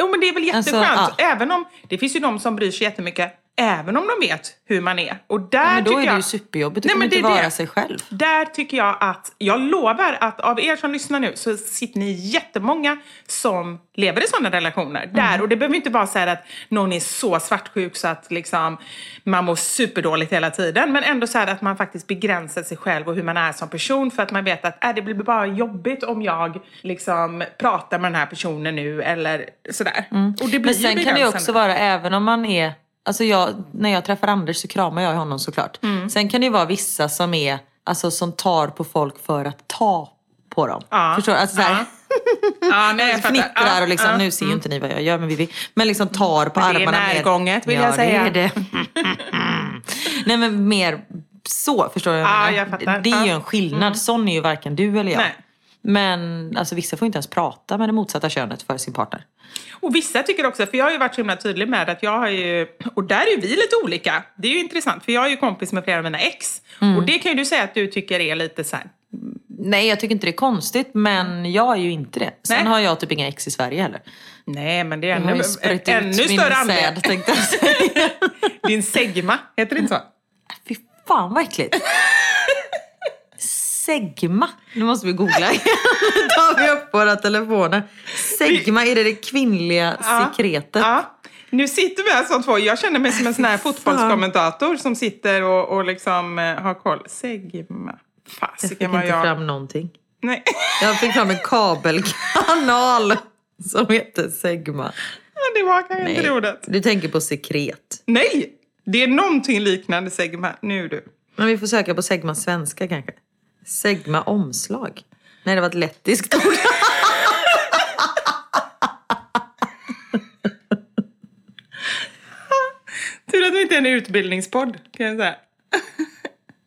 [SPEAKER 3] Jo, men det är väl jätteskönt.
[SPEAKER 2] Alltså,
[SPEAKER 3] Även om, det finns ju de som bryr sig jättemycket, även om de vet hur man är. Och där
[SPEAKER 2] Men då
[SPEAKER 3] tycker
[SPEAKER 2] är det
[SPEAKER 3] jag...
[SPEAKER 2] ju superjobbigt. Du
[SPEAKER 3] Nej,
[SPEAKER 2] kan
[SPEAKER 3] men
[SPEAKER 2] inte
[SPEAKER 3] det är
[SPEAKER 2] vara
[SPEAKER 3] det.
[SPEAKER 2] sig själv.
[SPEAKER 3] Där tycker jag att, jag lovar att av er som lyssnar nu så sitter ni jättemånga som lever i sådana relationer.
[SPEAKER 2] Mm.
[SPEAKER 3] Där, och det behöver inte vara så här att någon är så svartsjuk så att liksom, man mår superdåligt hela tiden. Men ändå så här att man faktiskt begränsar sig själv och hur man är som person för att man vet att äh, det blir bara jobbigt om jag liksom, pratar med den här personen nu eller sådär. Och det blir
[SPEAKER 2] Mm. Men
[SPEAKER 3] ju
[SPEAKER 2] sen kan det ju
[SPEAKER 3] begränsande.
[SPEAKER 2] också vara, även om man är... Alltså jag, när jag träffar Anders så kramar jag honom såklart.
[SPEAKER 3] Mm.
[SPEAKER 2] Sen kan det ju vara vissa som är, alltså som tar på folk för att ta på dem.
[SPEAKER 3] Ja.
[SPEAKER 2] Förstår du? Alltså såhär,
[SPEAKER 3] ja, nej, jag fattar.
[SPEAKER 2] fnittrar
[SPEAKER 3] Ja,
[SPEAKER 2] och liksom,
[SPEAKER 3] ja. Mm.
[SPEAKER 2] nu ser ju inte ni vad jag gör men vi vill, men liksom tar på
[SPEAKER 3] Men det är
[SPEAKER 2] armarna. mer.
[SPEAKER 3] närgånget, vill
[SPEAKER 2] ja,
[SPEAKER 3] jag säga.
[SPEAKER 2] det är det. Nej men mer så, förstår du? vad
[SPEAKER 3] Ja,
[SPEAKER 2] menar?
[SPEAKER 3] jag fattar.
[SPEAKER 2] det är ju
[SPEAKER 3] Ja. Mm.
[SPEAKER 2] en skillnad, sån är ju varken du eller jag.
[SPEAKER 3] Nej.
[SPEAKER 2] Men alltså vissa får ju inte ens prata med det motsatta könet för sin partner.
[SPEAKER 3] Och vissa tycker också, för jag har ju varit så himla tydlig med att jag har ju, och där är ju vi lite olika. Det är ju intressant, för jag är ju kompis med flera av mina ex.
[SPEAKER 2] Mm.
[SPEAKER 3] Och det kan ju du säga att du tycker är lite så här.
[SPEAKER 2] Nej, jag tycker inte det är konstigt, men jag är ju inte det. Sen
[SPEAKER 3] Nej.
[SPEAKER 2] har jag typ inga ex i Sverige heller.
[SPEAKER 3] nej men det är
[SPEAKER 2] Jag har
[SPEAKER 3] ännu,
[SPEAKER 2] ju spritt
[SPEAKER 3] ännu
[SPEAKER 2] ut min
[SPEAKER 3] större
[SPEAKER 2] säd,
[SPEAKER 3] andel.
[SPEAKER 2] tänkte jag säga.
[SPEAKER 3] Din segma, heter det inte så?
[SPEAKER 2] Fy fan vad äckligt. Segma. Nu måste vi googla igen. Nu tar vi upp våra telefoner. Segma, är det det kvinnliga sekretet?
[SPEAKER 3] Ja. Nu sitter vi här som två, jag känner mig som en sån här fotbollskommentator som sitter och, och liksom eh, har koll. Segma.
[SPEAKER 2] Jag fick
[SPEAKER 3] Fasiken vad
[SPEAKER 2] inte
[SPEAKER 3] jag...
[SPEAKER 2] fram någonting.
[SPEAKER 3] Nej.
[SPEAKER 2] Jag fick fram en kabelkanal som heter Segma.
[SPEAKER 3] Det var kanske inte det
[SPEAKER 2] Nej,
[SPEAKER 3] ordet.
[SPEAKER 2] du tänker på sekret.
[SPEAKER 3] Nej! Det är någonting liknande segma. Nu du.
[SPEAKER 2] Men vi får söka på Segma svenska kanske. Segma omslag. Nej, det var ett lettiskt ord.
[SPEAKER 3] Tur att vi inte är en utbildningspodd kan jag säga.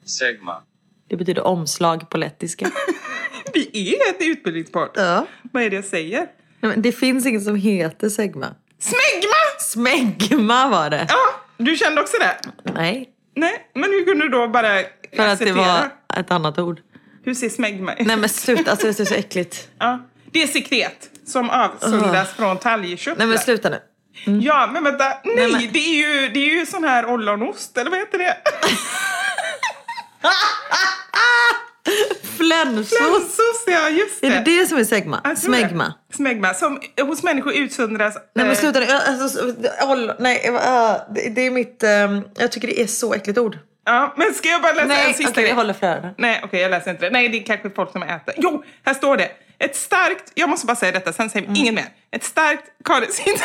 [SPEAKER 5] Segma.
[SPEAKER 2] Det betyder omslag på lettiska.
[SPEAKER 3] Vi är ett utbildningspodd.
[SPEAKER 2] Ja.
[SPEAKER 3] Vad är det jag säger?
[SPEAKER 2] Nej, men det finns inget som heter Segma.
[SPEAKER 3] Smegma!
[SPEAKER 2] Smegma var det.
[SPEAKER 3] Ja, du kände också det?
[SPEAKER 2] Nej,
[SPEAKER 3] Nej, men hur kunde du då bara
[SPEAKER 2] för att det
[SPEAKER 3] acceptera?
[SPEAKER 2] var ett annat ord.
[SPEAKER 3] Hur ser smegma ut?
[SPEAKER 2] Nej men sluta, alltså det är så äckligt.
[SPEAKER 3] Ja. Det är sekret som avsundas från talgkörtlar.
[SPEAKER 2] Nej men sluta nu.
[SPEAKER 3] Ja, men vänta. Nej,
[SPEAKER 2] men-
[SPEAKER 3] Det, är ju, det är ju sån här ollonost, eller vad heter det?
[SPEAKER 2] Flensos!
[SPEAKER 3] Lensos, ja just det.
[SPEAKER 2] Är det det som är Segma?
[SPEAKER 3] Jag tror det.
[SPEAKER 2] Smegma?
[SPEAKER 3] Smegma, som hos människor utsöndras...
[SPEAKER 2] Nej men
[SPEAKER 3] eh,
[SPEAKER 2] sluta nu. Jag- Alltså, håll, nej, äh, det, det är mitt... ehm, jag tycker det är så äckligt ord.
[SPEAKER 3] Ja, men ska jag bara läsa en
[SPEAKER 2] Nej,
[SPEAKER 3] sista
[SPEAKER 2] okej jag
[SPEAKER 3] grej?
[SPEAKER 2] håller för öronen.
[SPEAKER 3] Nej, okej, jag läser inte det. Nej, det är kanske folk som äter. Jo, här står det. Ett starkt, jag måste bara säga detta, sen säger vi inget mer. Ett starkt Karin Zinderholm.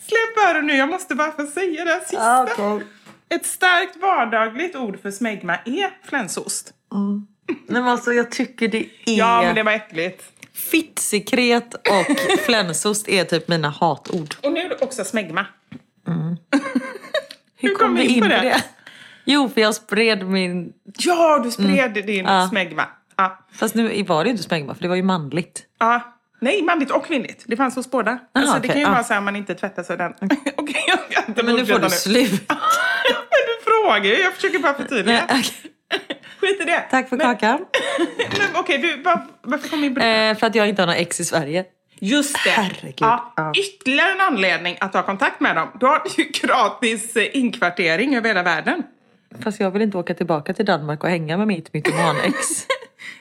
[SPEAKER 3] Släpp öronen nu, jag måste bara få säga det här sista.
[SPEAKER 2] Ah, Okej.
[SPEAKER 3] Ett starkt vardagligt ord för smegma är flänsost.
[SPEAKER 2] Nej, men alltså, jag tycker det är...
[SPEAKER 3] Ja, men det var äckligt.
[SPEAKER 2] Fittsekret och flänsost är typ mina hatord.
[SPEAKER 3] Och nu också smegma.
[SPEAKER 2] Hur,
[SPEAKER 3] kom vi in på det?
[SPEAKER 2] Jo, för jag spred min...
[SPEAKER 3] Ja, du spred din
[SPEAKER 2] Ja.
[SPEAKER 3] smegma. Mm. Ja.
[SPEAKER 2] Fast nu var det ju inte smegma, för det var ju manligt.
[SPEAKER 3] Ja. Nej, manligt och kvinnligt. Det fanns hos båda. alltså, det
[SPEAKER 2] Ah, okej,
[SPEAKER 3] kan ju
[SPEAKER 2] ja.
[SPEAKER 3] vara så här om man inte tvättar sig den. Okej, jag kan inte
[SPEAKER 2] Men nu får
[SPEAKER 3] fortsätta
[SPEAKER 2] du slut.
[SPEAKER 3] Men du frågar ju, jag försöker bara förtydliga.
[SPEAKER 2] Nej, okej.
[SPEAKER 3] Skit i det.
[SPEAKER 2] Tack för
[SPEAKER 3] Men-
[SPEAKER 2] kakan.
[SPEAKER 3] Men Okej, du, var, varför kom vi in på det?
[SPEAKER 2] Eh, för att jag inte har några ex i Sverige.
[SPEAKER 3] Just det.
[SPEAKER 2] herregud.
[SPEAKER 3] Ja,
[SPEAKER 2] Ja.
[SPEAKER 3] Ytterligare en anledning att ta kontakt med dem. Du har ju gratis eh, inkvartering över hela världen.
[SPEAKER 2] Fast jag vill inte åka tillbaka till Danmark och hänga med mitt mytoman-ex.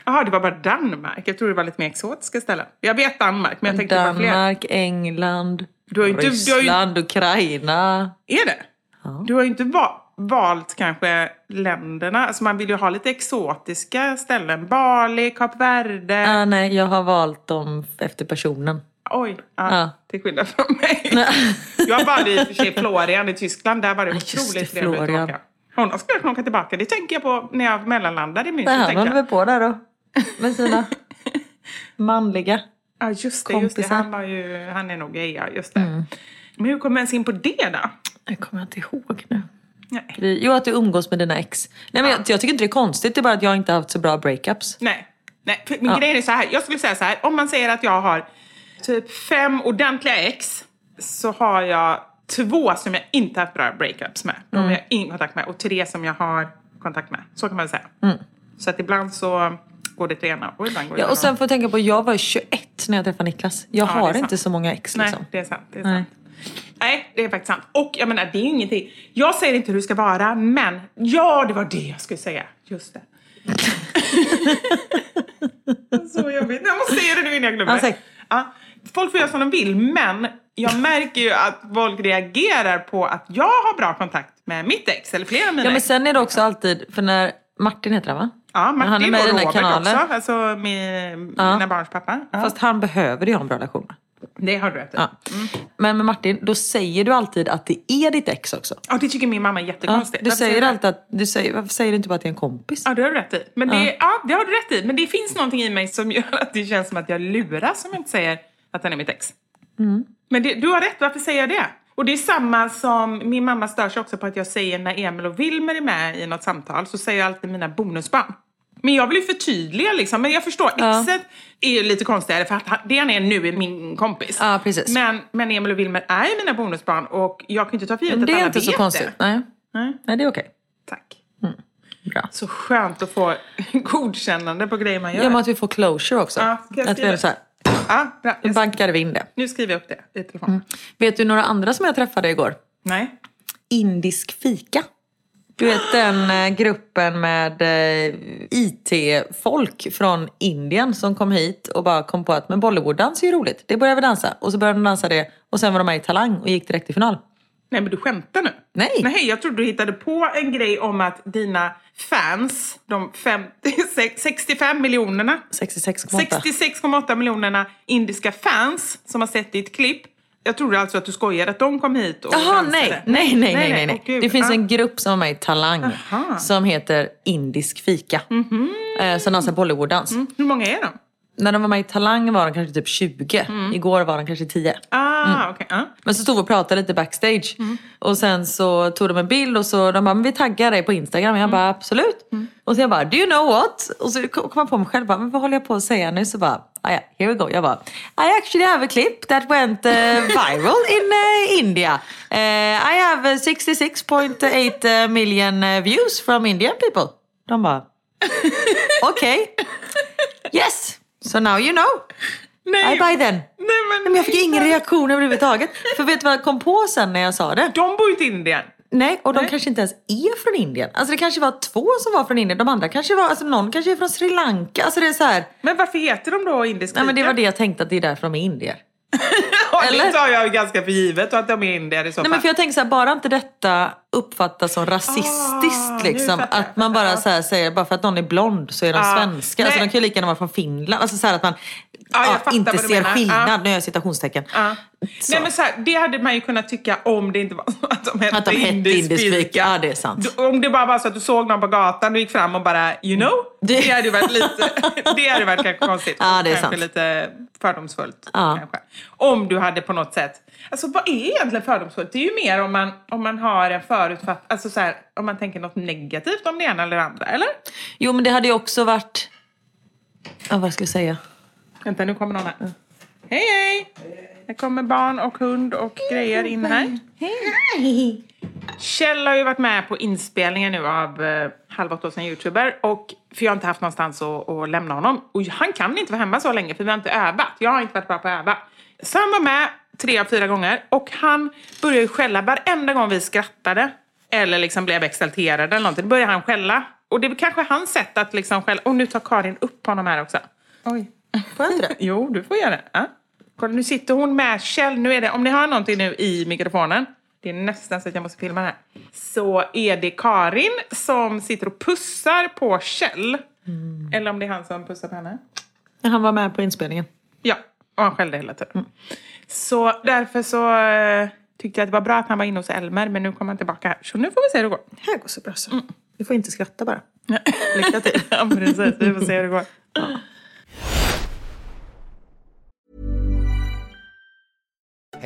[SPEAKER 3] Jaha, det var bara Danmark. Jag tror det var lite mer exotiska ställen. Jag vet Danmark, men jag tänkte på fler.
[SPEAKER 2] Danmark, England,
[SPEAKER 3] Du har ju inte- du har ju-
[SPEAKER 2] Ryssland, Ukraina.
[SPEAKER 3] Är det? Du har ju inte va- valt kanske länderna. Alltså man vill ju ha lite exotiska ställen. Bali, Kap Verde.
[SPEAKER 2] Ah, nej, jag har valt dem efter personen.
[SPEAKER 3] Oj, ja,
[SPEAKER 2] Ja.
[SPEAKER 3] till skillnad från mig. jag var i och för sig Florian i Tyskland. Där var det
[SPEAKER 2] Ja, just det,
[SPEAKER 3] otroligt trevligt att
[SPEAKER 2] Florian.
[SPEAKER 3] åka. Honom skulle jag kunna åka tillbaka. Det tänker jag på när jag mellanlandade i
[SPEAKER 2] Det
[SPEAKER 3] München.
[SPEAKER 2] här
[SPEAKER 3] tänker
[SPEAKER 2] håller väl
[SPEAKER 3] jag.
[SPEAKER 2] på där då. Med sina manliga.
[SPEAKER 3] Ja, just det, just det.
[SPEAKER 2] kompisar. Mm.
[SPEAKER 3] Han, var ju, han är nog gay, ja. Just det. Men hur kom vi ens in på det då?
[SPEAKER 2] Det kommer jag inte ihåg nu.
[SPEAKER 3] Nej.
[SPEAKER 2] Jo, att du umgås med dina ex. Nej, men jag, jag tycker inte det är konstigt, det är bara att jag inte har haft så bra breakups.
[SPEAKER 3] Nej. Nej. för Min grej är så här. Jag skulle säga så här. Om man säger att jag har typ fem ordentliga ex så har jag två som jag inte haft bra breakups med. De
[SPEAKER 2] Mm.
[SPEAKER 3] har jag ingen kontakt med. Och tre som jag har kontakt med. Så kan man säga. Så att ibland så går det till ena och ibland går
[SPEAKER 2] Mm.
[SPEAKER 3] det
[SPEAKER 2] Ja,
[SPEAKER 3] till
[SPEAKER 2] och sen
[SPEAKER 3] andra.
[SPEAKER 2] får jag tänka på, jag var 21 när jag träffade Niklas. Jag
[SPEAKER 3] Ja, det är
[SPEAKER 2] har
[SPEAKER 3] sant.
[SPEAKER 2] inte så många ex
[SPEAKER 3] Nej,
[SPEAKER 2] liksom.
[SPEAKER 3] det är sant. Det är
[SPEAKER 2] Nej.
[SPEAKER 3] sant. Nej, det är faktiskt sant. Och jag menar, det är ju ingenting. Jag säger inte hur det ska vara, men ja, det var det jag skulle säga. Just det. så jobbigt. Jag måste säga det nu innan jag glömmer.
[SPEAKER 2] Ja, säkert.
[SPEAKER 3] Ja, folk får göra som de vill, men jag märker ju att folk reagerar på att jag har bra kontakt med mitt ex, eller flera av mina
[SPEAKER 2] Ja, men
[SPEAKER 3] ex.
[SPEAKER 2] sen är det också alltid, för när Martin heter han va?
[SPEAKER 3] Ja,
[SPEAKER 2] När han är
[SPEAKER 3] Martin
[SPEAKER 2] med i
[SPEAKER 3] och
[SPEAKER 2] den här
[SPEAKER 3] Robert
[SPEAKER 2] kanalen.
[SPEAKER 3] också, alltså min,
[SPEAKER 2] Ja.
[SPEAKER 3] mina barns pappa. Ja.
[SPEAKER 2] Fast han behöver ju ha en bra relation med.
[SPEAKER 3] det har du rätt i.
[SPEAKER 2] Ja.
[SPEAKER 3] Mm.
[SPEAKER 2] Men med Martin, då säger du alltid att det är ditt ex också.
[SPEAKER 3] Ja, det tycker min mamma är
[SPEAKER 2] Ja,
[SPEAKER 3] jättekonstigt.
[SPEAKER 2] du
[SPEAKER 3] Varför
[SPEAKER 2] säger
[SPEAKER 3] du det?
[SPEAKER 2] alltid att, du säger, varför säger du inte bara att det är en kompis?
[SPEAKER 3] Ja, det har du rätt i. Men det, ja. det har du rätt i. Men det finns någonting i mig som gör att det känns som att jag luras om jag inte säger att han är mitt ex.
[SPEAKER 2] Mm.
[SPEAKER 3] Men det, du har rätt, varför säger jag det? Och det är samma som, min mamma stör sig också på att jag säger när Emil och Wilmer är med i något samtal så säger jag alltid mina bonusbarn. Men jag vill ju förtydliga liksom, men jag förstår, exet är ju lite konstigare för att han- det han är nu är min kompis.
[SPEAKER 2] Ja, precis.
[SPEAKER 3] Men, men Emil och Wilmer är ju mina bonusbarn och jag kan ju inte ta för givet
[SPEAKER 2] Men
[SPEAKER 3] att
[SPEAKER 2] det är
[SPEAKER 3] alla
[SPEAKER 2] inte så
[SPEAKER 3] vet
[SPEAKER 2] konstigt.
[SPEAKER 3] det.
[SPEAKER 2] Nej.
[SPEAKER 3] Nej.
[SPEAKER 2] Nej, det är okej.
[SPEAKER 3] Tack.
[SPEAKER 2] Bra.
[SPEAKER 3] Så skönt att få godkännande på grejer man gör.
[SPEAKER 2] Ja, men att vi får closure också.
[SPEAKER 3] Ja, kan jag
[SPEAKER 2] att vi är
[SPEAKER 3] skriva?
[SPEAKER 2] så här,
[SPEAKER 3] Ja, bra.
[SPEAKER 2] nu
[SPEAKER 3] Jag-
[SPEAKER 2] bankar vi in det.
[SPEAKER 3] Nu skriver jag upp det i telefonen.
[SPEAKER 2] Mm. Vet du några andra som jag träffade igår?
[SPEAKER 3] Nej.
[SPEAKER 2] Indisk fika. Du vet den eh, gruppen med eh, IT-folk från Indien som kom hit och bara kom på att men Bollywood-dans är ju roligt. Det börjar vi dansa. Och så började de dansa det och sen var de med i Talang och gick direkt till final.
[SPEAKER 3] Nej, men du skämtar nu?
[SPEAKER 2] Nej.
[SPEAKER 3] Nej, jag trodde du hittade på en grej om att dina fans, de 50, sex- 65 miljonerna,
[SPEAKER 2] 66,8.
[SPEAKER 3] 66,8 miljonerna indiska fans som har sett ditt klipp. Jag trodde alltså att du skojade att de kom hit och
[SPEAKER 2] Jaha,
[SPEAKER 3] dansade.
[SPEAKER 2] nej. Nej, nej, nej. nej,
[SPEAKER 3] Åh, gud. Ah,
[SPEAKER 2] det finns
[SPEAKER 3] Ja.
[SPEAKER 2] en grupp som är med i Talang
[SPEAKER 3] Aha.
[SPEAKER 2] som heter Indisk fika. Eh, som dansar Bollywood-dans.
[SPEAKER 3] Hur många är de?
[SPEAKER 2] När de var med i Talang var de kanske typ 20. Igår var de kanske 10.
[SPEAKER 3] Ah,
[SPEAKER 2] Mm.
[SPEAKER 3] okej. ja.
[SPEAKER 2] Men så stod vi och pratade lite backstage.
[SPEAKER 3] Mm.
[SPEAKER 2] Och sen så tog de en bild och så de bara, men vi taggar dig på Instagram.
[SPEAKER 3] Mm.
[SPEAKER 2] Och jag bara, absolut. Och så jag bara, do you know what? Och så kom jag på mig själv, bara, men vad håller jag på att säga nu? Så bara, ah, ja, here we go. Jag bara, I actually have a clip that went eh, viral in eh, India. Eh, I have eh, 66.8 million eh, views from Indian people. De bara, okej. Yes, so now you know.
[SPEAKER 3] Nej.
[SPEAKER 2] I buy then.
[SPEAKER 3] Nej, men,
[SPEAKER 2] Nej, men jag fick ingen reaktion överhuvudtaget. För vet du vad jag kom på sen när jag sa det?
[SPEAKER 3] De bor ju inte i Indien.
[SPEAKER 2] Nej, och de kanske inte ens är från Indien. Alltså det kanske var två som var från Indien. De andra kanske var, alltså någon kanske är från Sri Lanka. Alltså det är så här.
[SPEAKER 3] Men varför heter de då indisk
[SPEAKER 2] Nej men det
[SPEAKER 3] fika?
[SPEAKER 2] var det jag tänkte att det är därför de är indier.
[SPEAKER 3] Det
[SPEAKER 2] Eller?
[SPEAKER 3] tar jag ju ganska för givet och att de är indier i så
[SPEAKER 2] Nej,
[SPEAKER 3] fall.
[SPEAKER 2] men för jag tänker så här, bara inte detta uppfattas som rasistiskt
[SPEAKER 3] Ah, nu
[SPEAKER 2] liksom.
[SPEAKER 3] fattar jag.
[SPEAKER 2] Att man bara så här säger, bara för att någon är blond så är de
[SPEAKER 3] Ah,
[SPEAKER 2] svenska. Alltså,
[SPEAKER 3] nej. Ah,
[SPEAKER 2] de kan ju lika gärna vara från Finland. Alltså så här att man
[SPEAKER 3] jag
[SPEAKER 2] ja,
[SPEAKER 3] fattar
[SPEAKER 2] inte
[SPEAKER 3] vad du
[SPEAKER 2] ser
[SPEAKER 3] menar.
[SPEAKER 2] skillnad.
[SPEAKER 3] Ah.
[SPEAKER 2] Nu gör jag citationstecken.
[SPEAKER 3] Ja.
[SPEAKER 2] Så.
[SPEAKER 3] Nej, men så här, det hade man ju kunnat tycka om det inte var så att de hette
[SPEAKER 2] Att de hette indiespika, ja det är sant.
[SPEAKER 3] Du- Om det bara var så att du såg någon på gatan och gick fram och bara you know. Det,
[SPEAKER 2] Mm. Det-
[SPEAKER 3] hade ju varit lite, det hade varit kanske konstigt.
[SPEAKER 2] Ja, det är
[SPEAKER 3] kanske
[SPEAKER 2] sant.
[SPEAKER 3] lite fördomsfullt.
[SPEAKER 2] Ja.
[SPEAKER 3] Kanske. Om du hade på något sätt, alltså vad är egentligen fördomsfullt? Det är ju mer om man, om man har en förutfattad, alltså så här, om man tänker något negativt om det ena eller det andra, eller?
[SPEAKER 2] Jo men det hade ju också varit... Ja, vad ska jag säga?
[SPEAKER 3] Vänta, nu kommer någon här. Hej, hej! Det kommer barn och hund och grejer in här. Kjell har ju varit med på inspelningen nu av eh, Halv åtta hos en youtuber. Och, för jag har inte haft någonstans att, att lämna honom. Och han kan inte vara hemma så länge för vi har inte övat. Jag har inte varit bra på att öva. Så han var med tre av fyra gånger och han började ju skälla varenda gång vi skrattade. Eller liksom blev exalterade eller någonting. Då började han skälla. Och det är kanske hans sätt att liksom skälla. Och nu tar Karin upp honom här också. Oj. Får jag inte det? jo, du får göra det. Ja. Kolla, nu sitter hon med Kjell. Nu är det, om ni hör någonting nu i mikrofonen, det är nästan så att jag måste filma det här, så är det Karin som sitter och pussar på Kjell. Eller om det är han som pussar på henne.
[SPEAKER 2] När han var med på inspelningen.
[SPEAKER 3] Ja, Mm. och han skällde hela tiden. Så därför så eh, tyckte jag att det var bra att han var inne hos Elmer, men nu kommer han tillbaka här. Så nu får vi se hur det går.
[SPEAKER 2] Det här går så bra så. Du får inte skratta bara. Lycka till.
[SPEAKER 3] ja, precis. Vi får se hur det går.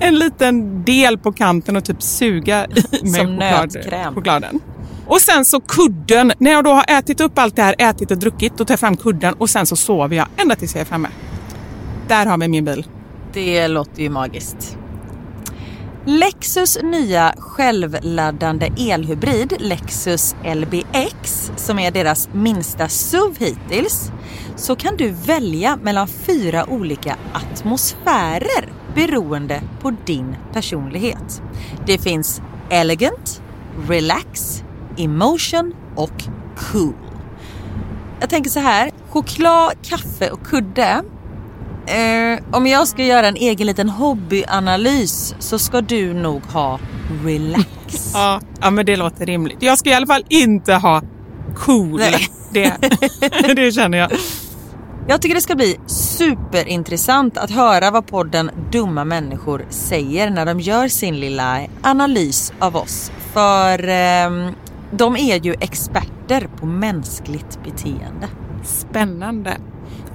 [SPEAKER 6] en liten del på kanten och typ suga i mig
[SPEAKER 2] Som
[SPEAKER 6] choklad,
[SPEAKER 2] nötkräm.
[SPEAKER 6] chokladen. Och sen så kudden. När jag då har ätit upp allt det här, ätit och druckit, då tar jag fram kudden och sen så sover jag ända tills jag är framme. Där har vi min bil.
[SPEAKER 2] Det låter ju magiskt. Lexus nya självladdande elhybrid Lexus LBX som är deras minsta SUV hittills så kan du välja mellan fyra olika atmosfärer beroende på din personlighet. Det finns Elegant, Relax, Emotion och Cool. Jag tänker så här, choklad, kaffe och kudde Eh, om jag ska göra en egen liten hobbyanalys så ska du nog ha relax.
[SPEAKER 6] Ja, ja, men det låter rimligt. Jag ska i alla fall inte ha cool.
[SPEAKER 2] Nej.
[SPEAKER 6] Det, det känner jag.
[SPEAKER 2] Jag tycker det ska bli superintressant att höra vad podden Dumma människor säger när de gör sin lilla analys av oss. För ehm, de är ju experter på mänskligt beteende.
[SPEAKER 6] Spännande.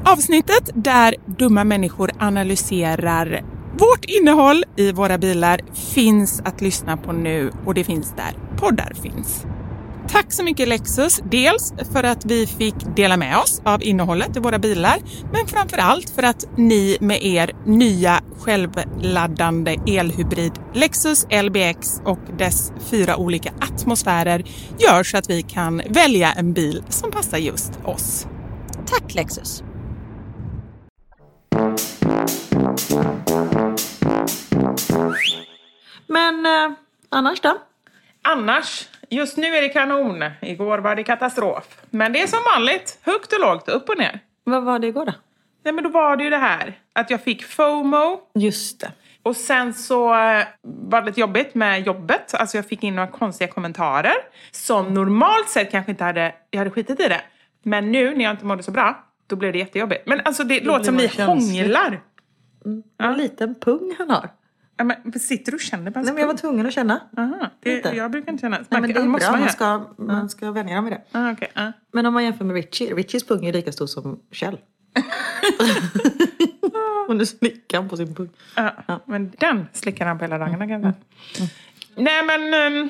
[SPEAKER 6] Avsnittet där dumma människor analyserar vårt innehåll i våra bilar finns att lyssna på nu och det finns där poddar finns. Tack så mycket Lexus, dels för att vi fick dela med oss av innehållet i våra bilar, men framför allt för att ni med er nya självladdande elhybrid Lexus LBX och dess fyra olika atmosfärer gör så att vi kan välja en bil som passar just oss.
[SPEAKER 2] Tack Lexus!
[SPEAKER 3] Men eh, annars då? Annars? Just nu är det kanon. Igår var det katastrof. Men det är som vanligt. Högt och lågt, upp och ner.
[SPEAKER 2] Vad var det igår då?
[SPEAKER 3] Nej men då var det ju det här att jag fick FOMO.
[SPEAKER 2] Just det.
[SPEAKER 3] Och sen så eh, var det lite jobbigt med jobbet. Alltså jag fick in några konstiga kommentarer som normalt sett kanske inte hade, jag hade skitit i det. Men nu när jag inte mådde så bra, då blev det jättejobbigt. Men alltså det, låter
[SPEAKER 2] blir
[SPEAKER 3] som
[SPEAKER 2] man
[SPEAKER 3] ni
[SPEAKER 2] känslig.
[SPEAKER 3] hånglar.
[SPEAKER 2] En liten pung han har.
[SPEAKER 3] Ja, men sitter du och känner på hans
[SPEAKER 2] Nej, men jag var
[SPEAKER 3] pung?
[SPEAKER 2] tvungen att känna.
[SPEAKER 3] Aha, det,
[SPEAKER 2] Lite.
[SPEAKER 3] jag brukar inte känna.
[SPEAKER 2] Nej, men det är
[SPEAKER 3] måste
[SPEAKER 2] bra,
[SPEAKER 3] man
[SPEAKER 2] man
[SPEAKER 3] göra.
[SPEAKER 2] ska, man ska vänja dem vid det.
[SPEAKER 3] Ah, okej, ah.
[SPEAKER 2] Men om man jämför med Richie, Richies pung är lika stor som Kjell. och nu slickar han på sin pung.
[SPEAKER 3] Ja, men den slickar han på hela dagarna kanske. Nej men, ehm,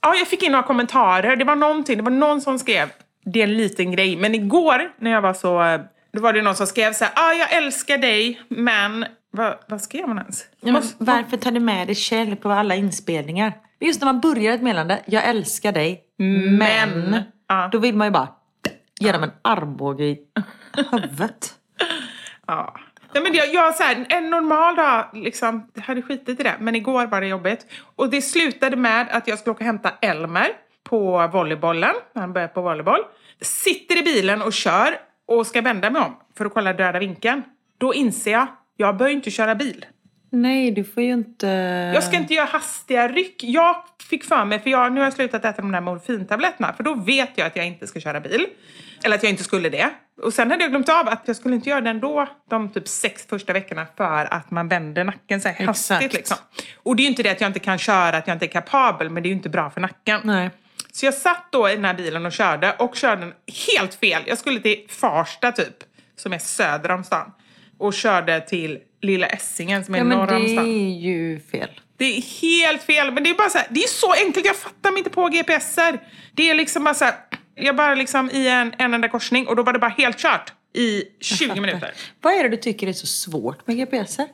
[SPEAKER 3] ja, jag fick in några kommentarer. Det var någonting, det var någon som skrev, det är en liten grej, men igår när jag var så, eh, då var det någon som skrev så här, ah, jag älskar dig, men, vad, vad skrev man ens? Måste-
[SPEAKER 2] varför tar du med dig Kjell på alla inspelningar? Men Just när man börjar ett meddelande, jag älskar dig, men.
[SPEAKER 3] Ja.
[SPEAKER 2] Då vill man ju bara ge dem en armbåge i huvudet.
[SPEAKER 3] Ja. Nej, men jag, jag, så här, en normal dag liksom, jag hade skitit i det, men igår var det jobbigt. Och det slutade med att jag skulle åka och hämta Elmer på volleybollen. Han börjar på volleyboll. Sitter i bilen och kör och ska vända mig om för att kolla döda vinkeln. Då inser jag, jag bör ju inte köra bil.
[SPEAKER 2] Nej, du får ju inte...
[SPEAKER 3] Jag
[SPEAKER 2] Eh.
[SPEAKER 3] ska inte göra hastiga ryck. Jag fick för mig, för jag, nu har jag slutat äta de där morfintabletterna, för då vet jag att jag inte ska köra bil. Eller att jag inte skulle det. Och sen hade jag glömt av att jag skulle inte göra det ändå de typ sex första veckorna för att man vänder nacken så här hastigt.
[SPEAKER 2] Exakt.
[SPEAKER 3] Liksom. Och det är ju inte det att jag inte kan köra, att jag inte är kapabel, men det är ju inte bra för nacken.
[SPEAKER 2] Nej.
[SPEAKER 3] Så jag satt då i den här bilen och körde och körde den helt fel. Jag skulle till Farsta typ, som är söder om stan. Och körde till Lilla Essingen som är
[SPEAKER 2] Ja,
[SPEAKER 3] norr om
[SPEAKER 2] men det
[SPEAKER 3] stan.
[SPEAKER 2] är ju fel.
[SPEAKER 3] Det är helt fel. Men det är bara så här, det är så enkelt. Jag fattar mig inte på GPSer. Det är liksom bara så här, jag bara liksom i en, en enda korsning och då var det bara helt kört i 20 minuter.
[SPEAKER 2] Vad är det du tycker är så svårt med GPSer?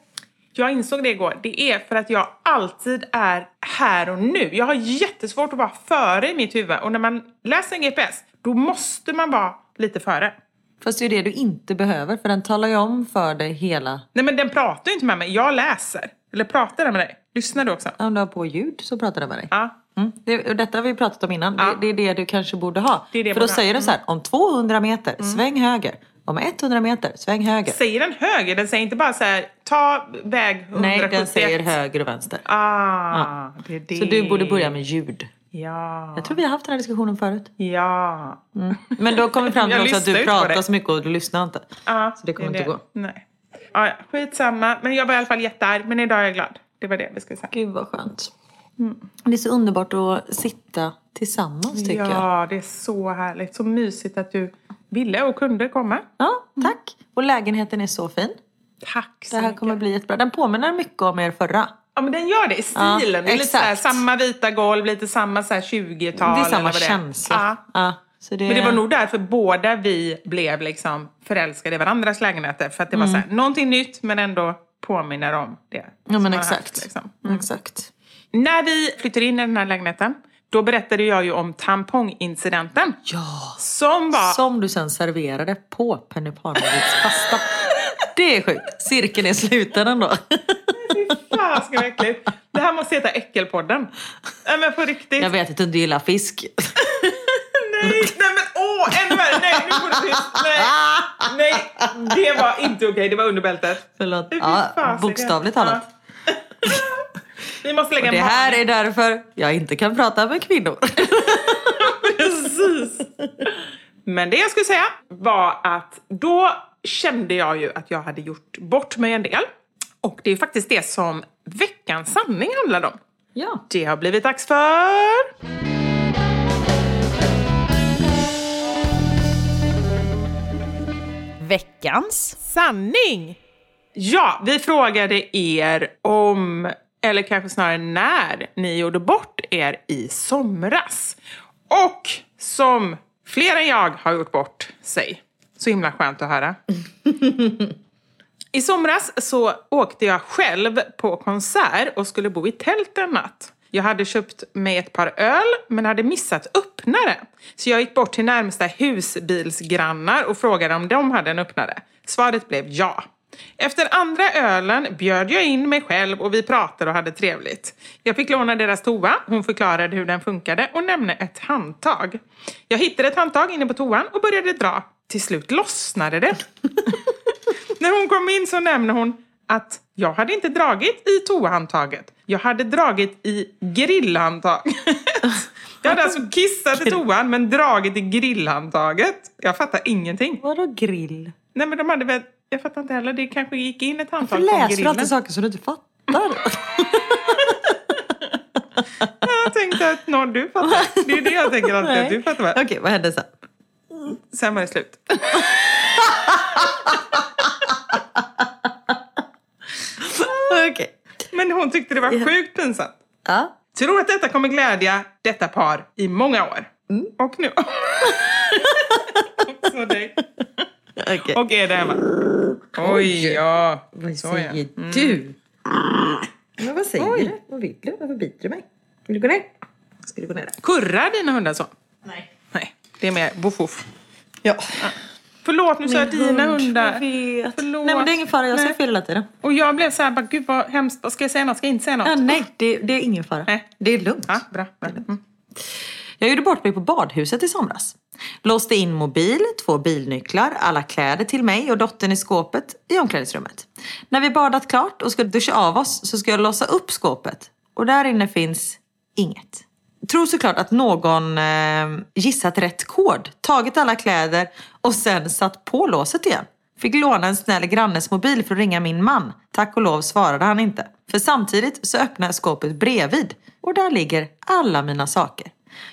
[SPEAKER 3] Jag insåg det igår. Det är för att jag alltid är här och nu. Jag har jättesvårt att vara före i mitt huvud och när man läser en GPS då måste man vara lite före.
[SPEAKER 2] Fast det är ju det du inte behöver för den talar ju om för dig hela...
[SPEAKER 3] Nej men den pratar ju inte med mig. Jag läser. Eller pratar den med dig? Lyssnar du också?
[SPEAKER 2] Om du har på ljud så pratar den med dig.
[SPEAKER 3] Ja.
[SPEAKER 2] Mm. Det, och detta har vi pratat om innan. Det, det är det du kanske borde ha.
[SPEAKER 3] Det är det jag
[SPEAKER 2] för då
[SPEAKER 3] borde ha. Mm.
[SPEAKER 2] säger den så här, om 200 meter, sväng höger. Om 100 meter, sväng höger.
[SPEAKER 3] Säger den höger? Den säger inte bara så här, ta väg 171.
[SPEAKER 2] Nej, den säger höger och vänster.
[SPEAKER 3] Ah,
[SPEAKER 2] Ja.
[SPEAKER 3] det är det.
[SPEAKER 2] Så du borde börja med ljud.
[SPEAKER 3] Ja.
[SPEAKER 2] Jag tror vi har haft den här diskussionen förut.
[SPEAKER 3] Ja.
[SPEAKER 2] Men då kom vi fram till
[SPEAKER 3] Mm. Jag
[SPEAKER 2] också att
[SPEAKER 3] lyssnar
[SPEAKER 2] du
[SPEAKER 3] inte på
[SPEAKER 2] pratar
[SPEAKER 3] det.
[SPEAKER 2] så mycket och du lyssnar inte.
[SPEAKER 3] ja.
[SPEAKER 2] Så det kommer
[SPEAKER 3] är
[SPEAKER 2] inte gå.
[SPEAKER 3] Nej. Ja, ja, skitsamma. Men jag var i alla fall jättearg. Men idag är jag glad. Det var det vi skulle säga.
[SPEAKER 2] Gud vad skönt.
[SPEAKER 3] Mm.
[SPEAKER 2] Det är så underbart att sitta tillsammans tycker jag.
[SPEAKER 3] ja, det är så härligt. Så mysigt att du ville och kunde komma.
[SPEAKER 2] Ja, tack. Och lägenheten är så fin.
[SPEAKER 3] Tack så
[SPEAKER 2] Det här
[SPEAKER 3] mycket.
[SPEAKER 2] kommer bli ett bra. Den påminner mycket om er förra.
[SPEAKER 3] Ja, men den gör det i stilen.
[SPEAKER 2] Ja,
[SPEAKER 3] det är lite så här,
[SPEAKER 2] exakt.
[SPEAKER 3] samma vita golv, lite samma så här 20-tal.
[SPEAKER 2] det är
[SPEAKER 3] eller
[SPEAKER 2] samma
[SPEAKER 3] vad det är.
[SPEAKER 2] känsla.
[SPEAKER 3] Ja.
[SPEAKER 2] Ja, så det...
[SPEAKER 3] Men det var nog därför båda vi blev liksom förälskade i varandras lägenheter. För att det var så här, någonting nytt men ändå påminner om det.
[SPEAKER 2] Mm. Ja
[SPEAKER 3] som man
[SPEAKER 2] men
[SPEAKER 3] har haft,
[SPEAKER 2] exakt. Mm.
[SPEAKER 3] liksom.
[SPEAKER 2] Exakt.
[SPEAKER 3] När vi flyttade in i den här lägenheten, då berättade jag ju om tampongincidenten.
[SPEAKER 2] Ja.
[SPEAKER 3] Som var...
[SPEAKER 2] Som du sen serverade på Penny Parmaviks pasta. Det är sjukt. Cirkeln är sluten ändå.
[SPEAKER 3] Fan, ska vara äckligt. Det här måste heta Äckelpodden. Nej men på riktigt.
[SPEAKER 2] Jag vet att du inte gillar fisk.
[SPEAKER 3] Nej, nej men åh, ännu värre. Nej, nu får du tyst. Nej, nej, det var inte okej. Det var under bältet.
[SPEAKER 2] Förlåt.
[SPEAKER 3] Fy
[SPEAKER 2] Ja,
[SPEAKER 3] fasiken.
[SPEAKER 2] bokstavligt talat.
[SPEAKER 3] Vi måste lägga
[SPEAKER 2] Det här
[SPEAKER 3] barn.
[SPEAKER 2] är därför jag inte kan prata med kvinnor.
[SPEAKER 3] Precis. Men det jag skulle säga var att då kände jag ju att jag hade gjort bort mig en del. Och det är faktiskt det som veckans sanning handlade om.
[SPEAKER 2] Ja.
[SPEAKER 3] Det har blivit dags för...
[SPEAKER 7] Veckans
[SPEAKER 3] Sanning! Ja, vi frågade er om, eller kanske snarare när, ni gjorde bort er i somras. Och som fler än jag har gjort bort sig. Så himla skönt att höra. I somras så åkte jag själv på konsert och skulle bo i tält en natt. Jag hade köpt mig ett par öl men hade missat öppnare. Så jag gick bort till närmsta husbilsgrannar och frågade om de hade en öppnare. Svaret blev ja. Efter andra ölen bjöd jag in mig själv och vi pratade och hade trevligt. Jag fick låna deras toa, hon förklarade hur den funkade och nämnde ett handtag. Jag hittade ett handtag inne på toan och började dra. Till slut lossnade det. När hon kom in så nämnde hon att jag hade inte dragit i toahandtaget. Jag hade dragit i grillhandtaget. Jag hade alltså kissat i toan men dragit i grillhandtaget. Jag fattar ingenting.
[SPEAKER 2] Vadå grill?
[SPEAKER 3] Nej men de hade väl... Jag fattar inte heller. Det kanske gick in ett handtag
[SPEAKER 2] Varför
[SPEAKER 3] från
[SPEAKER 2] läser du
[SPEAKER 3] grillen.
[SPEAKER 2] alltid saker som du inte fattar?
[SPEAKER 3] Jag tänkte att någon du fattar. Det är det jag tänker alltid. att Du fattar väl?
[SPEAKER 2] Okej, vad hände sen?
[SPEAKER 3] Sen var det slut.
[SPEAKER 2] Okej.
[SPEAKER 3] Men hon tyckte det var sjukt pinsamt.
[SPEAKER 2] Ja.
[SPEAKER 3] Tror att detta kommer glädja detta par i många år.
[SPEAKER 2] Mm.
[SPEAKER 3] Och nu... Också dig.
[SPEAKER 2] Okej.
[SPEAKER 3] Och är det hemma. Oj, ja.
[SPEAKER 2] Vad
[SPEAKER 3] Så ja.
[SPEAKER 2] säger
[SPEAKER 3] Mm.
[SPEAKER 2] du? Men vad säger du? Vad vill du? Varför biter du mig? Vill du gå ner? Ska du gå ner?
[SPEAKER 3] Kurrar dina hundar så? Nej. Det är mer boff boff.
[SPEAKER 2] Ja.
[SPEAKER 3] Förlåt, nu sa jag Alltså, dina hundar. Förlåt.
[SPEAKER 2] Nej men det är ingen fara, jag säger
[SPEAKER 3] Nej.
[SPEAKER 2] fel hela tiden.
[SPEAKER 3] Och jag blev så här, bara, gud vad hemskt. Vad Ska jag säga något? Ska jag inte säga något?
[SPEAKER 2] Ja, nej, det, det är ingen fara.
[SPEAKER 3] Nej.
[SPEAKER 2] Det är lugnt.
[SPEAKER 3] Ja, bra. bra. Mm.
[SPEAKER 2] Jag gjorde bort mig på badhuset i somras. Låste in mobil, två bilnycklar, alla kläder till mig och dottern i skåpet i omklädningsrummet. När vi badat klart och ska duscha av oss så ska jag låsa upp skåpet. Och där inne finns inget. Tror såklart att någon eh, gissat rätt kod, tagit alla kläder och sen satt på låset igen. Fick låna en snäll grannes mobil för att ringa min man. Tack och lov svarade han inte. För samtidigt så öppnar jag skåpet bredvid och där ligger alla mina saker.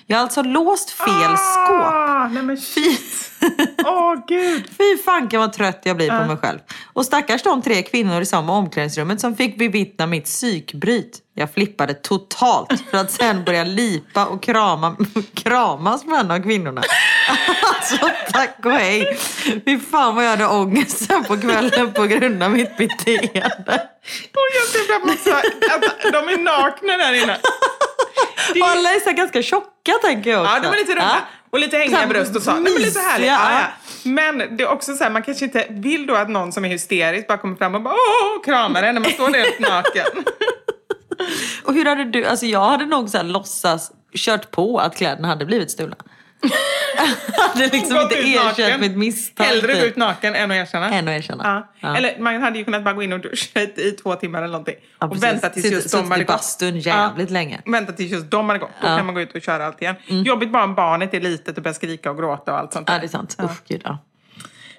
[SPEAKER 2] Jag har alltså låst fel skåp.
[SPEAKER 3] Ah, Nej men shit. Åh gud.
[SPEAKER 2] Fy fanken vad trött jag blir på mig själv. Och stackars de tre kvinnor i samma omklädningsrummet som fick bevittna mitt psykbryt. Jag flippade totalt för att sen börja lipa och krama, kramas med en av kvinnorna. Alltså tack och hej. Fy fan vad jag hade ångest sen på kvällen på grund av mitt beteende.
[SPEAKER 3] Och jag ser framför också att de är nakna där inne.
[SPEAKER 2] Och alla är så här ganska tjocka tänker jag också.
[SPEAKER 3] Ja, de är lite runda. Och lite hängiga
[SPEAKER 2] Så här
[SPEAKER 3] bröst och så. Nej, men lite härligt.
[SPEAKER 2] mysiga.
[SPEAKER 3] Ja, ja. Men det är också så här, man kanske inte vill då att någon som är hysterisk bara kommer fram och bara åh, och kramar en när man står där helt naken.
[SPEAKER 2] Och hur hade du, alltså jag hade nog så här låtsas kört på att kläderna hade blivit stulna. Jag hade liksom
[SPEAKER 3] Gått
[SPEAKER 2] inte
[SPEAKER 3] ut naken.
[SPEAKER 2] erkänt mitt misstag.
[SPEAKER 3] Hellre gå
[SPEAKER 2] typ.
[SPEAKER 3] ut naken än att erkänna.
[SPEAKER 2] Än att erkänna.
[SPEAKER 3] Ja.
[SPEAKER 2] Ja.
[SPEAKER 3] Eller man hade ju kunnat bara gå in och duscha i, i två timmar eller någonting.
[SPEAKER 2] Ja,
[SPEAKER 3] och
[SPEAKER 2] precis.
[SPEAKER 3] vänta tills
[SPEAKER 2] Sitt-
[SPEAKER 3] just de
[SPEAKER 2] suttit
[SPEAKER 3] hade
[SPEAKER 2] i bastun jävligt länge.
[SPEAKER 3] Vänta tills just de hade gått. Då
[SPEAKER 2] Ja. Mm.
[SPEAKER 3] kan man gå ut och köra allt igen. Jobbigt bara om barnet är litet och börjar skrika och gråta och allt sånt där.
[SPEAKER 2] Ja, det är sant. Usch, gud, ja.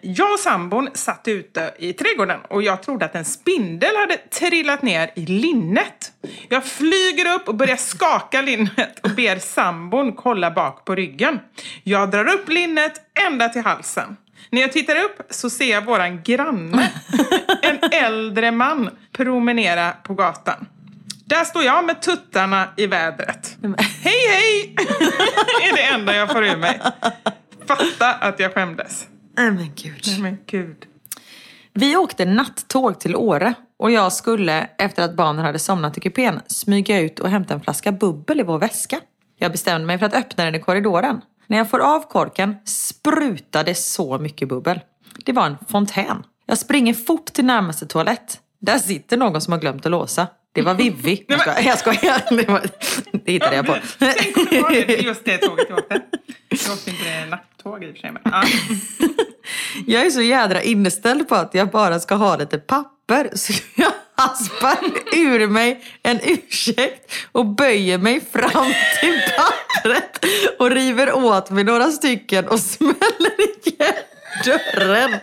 [SPEAKER 3] Jag och sambon satt ute i trädgården och jag trodde att en spindel hade trillat ner i linnet. Jag flyger upp och börjar skaka linnet och ber sambon kolla bak på ryggen. Jag drar upp linnet ända till halsen. När jag tittar upp så ser jag våran granne, en äldre man, promenera på gatan. Där står jag med tuttarna i vädret. Hej hej! är det enda jag får ur mig. Fatta att jag skämdes.
[SPEAKER 2] Nej men gud.
[SPEAKER 3] Nej, men gud.
[SPEAKER 2] Vi åkte nattåg till Åre och jag skulle, efter att barnen hade somnat i kupén, smyga ut och hämta en flaska bubbel i vår väska. Jag bestämde mig för att öppna den i korridoren. När jag får av korken sprutade så mycket bubbel. Det var en fontän. Jag springer fort till närmaste toalett. Där sitter någon som har glömt att låsa. Det var Vivi. Jag skojar. Jag skojar. Det, var, det hittade jag på.
[SPEAKER 3] Tänk om det var det, just det tåget jag åkte. Jag åkte inte det nattåg i och för sig. Men, ja.
[SPEAKER 2] Jag är så jädra inställd på att jag bara ska ha lite papper så jag haspar ur mig en ursäkt och böjer mig fram till pappret och river åt mig några stycken och smäller igen dörren.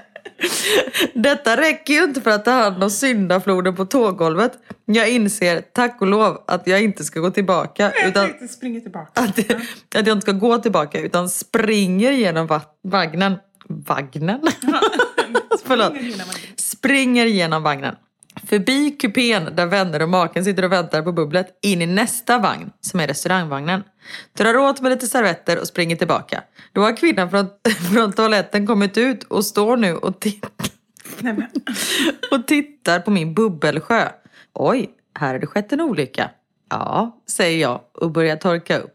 [SPEAKER 2] Detta räcker ju inte för att ta hand om syndafloden på tåggolvet. Jag inser, tack och lov, att jag inte ska gå tillbaka.
[SPEAKER 3] Jag
[SPEAKER 2] Utan
[SPEAKER 3] tänkte springa tillbaka.
[SPEAKER 2] att, att jag inte ska gå tillbaka utan springer genom va- vagnen. Vagnen? Förlåt. Springer genom vagnen. Förbi kupén där vänner och maken sitter och väntar på bubblet in i nästa vagn som är restaurangvagnen. Drar åt med lite servetter och springer tillbaka. Då har kvinnan från, från toaletten kommit ut och står nu och tittar
[SPEAKER 3] Nej, men.
[SPEAKER 2] och tittar på min bubbelsjö. Oj, här har det skett en olycka. Ja, säger jag och börjar torka upp.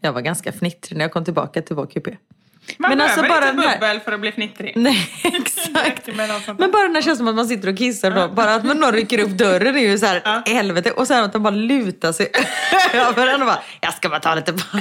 [SPEAKER 2] Jag var ganska fnittrig när jag kom tillbaka till vår kupé.
[SPEAKER 3] Man
[SPEAKER 2] Men alltså
[SPEAKER 3] behöver
[SPEAKER 2] bara den
[SPEAKER 3] inte
[SPEAKER 2] här-
[SPEAKER 3] bubbel för att bli fnittrig.
[SPEAKER 2] Nej, exakt.
[SPEAKER 3] räcker med något sånt där.
[SPEAKER 2] Men bara den här känslan av att man sitter och kissar då. Bara att någon rycker upp dörren är ju så här, helvete. Och sen att de bara lutar sig över den och bara, jag ska bara ta lite papper.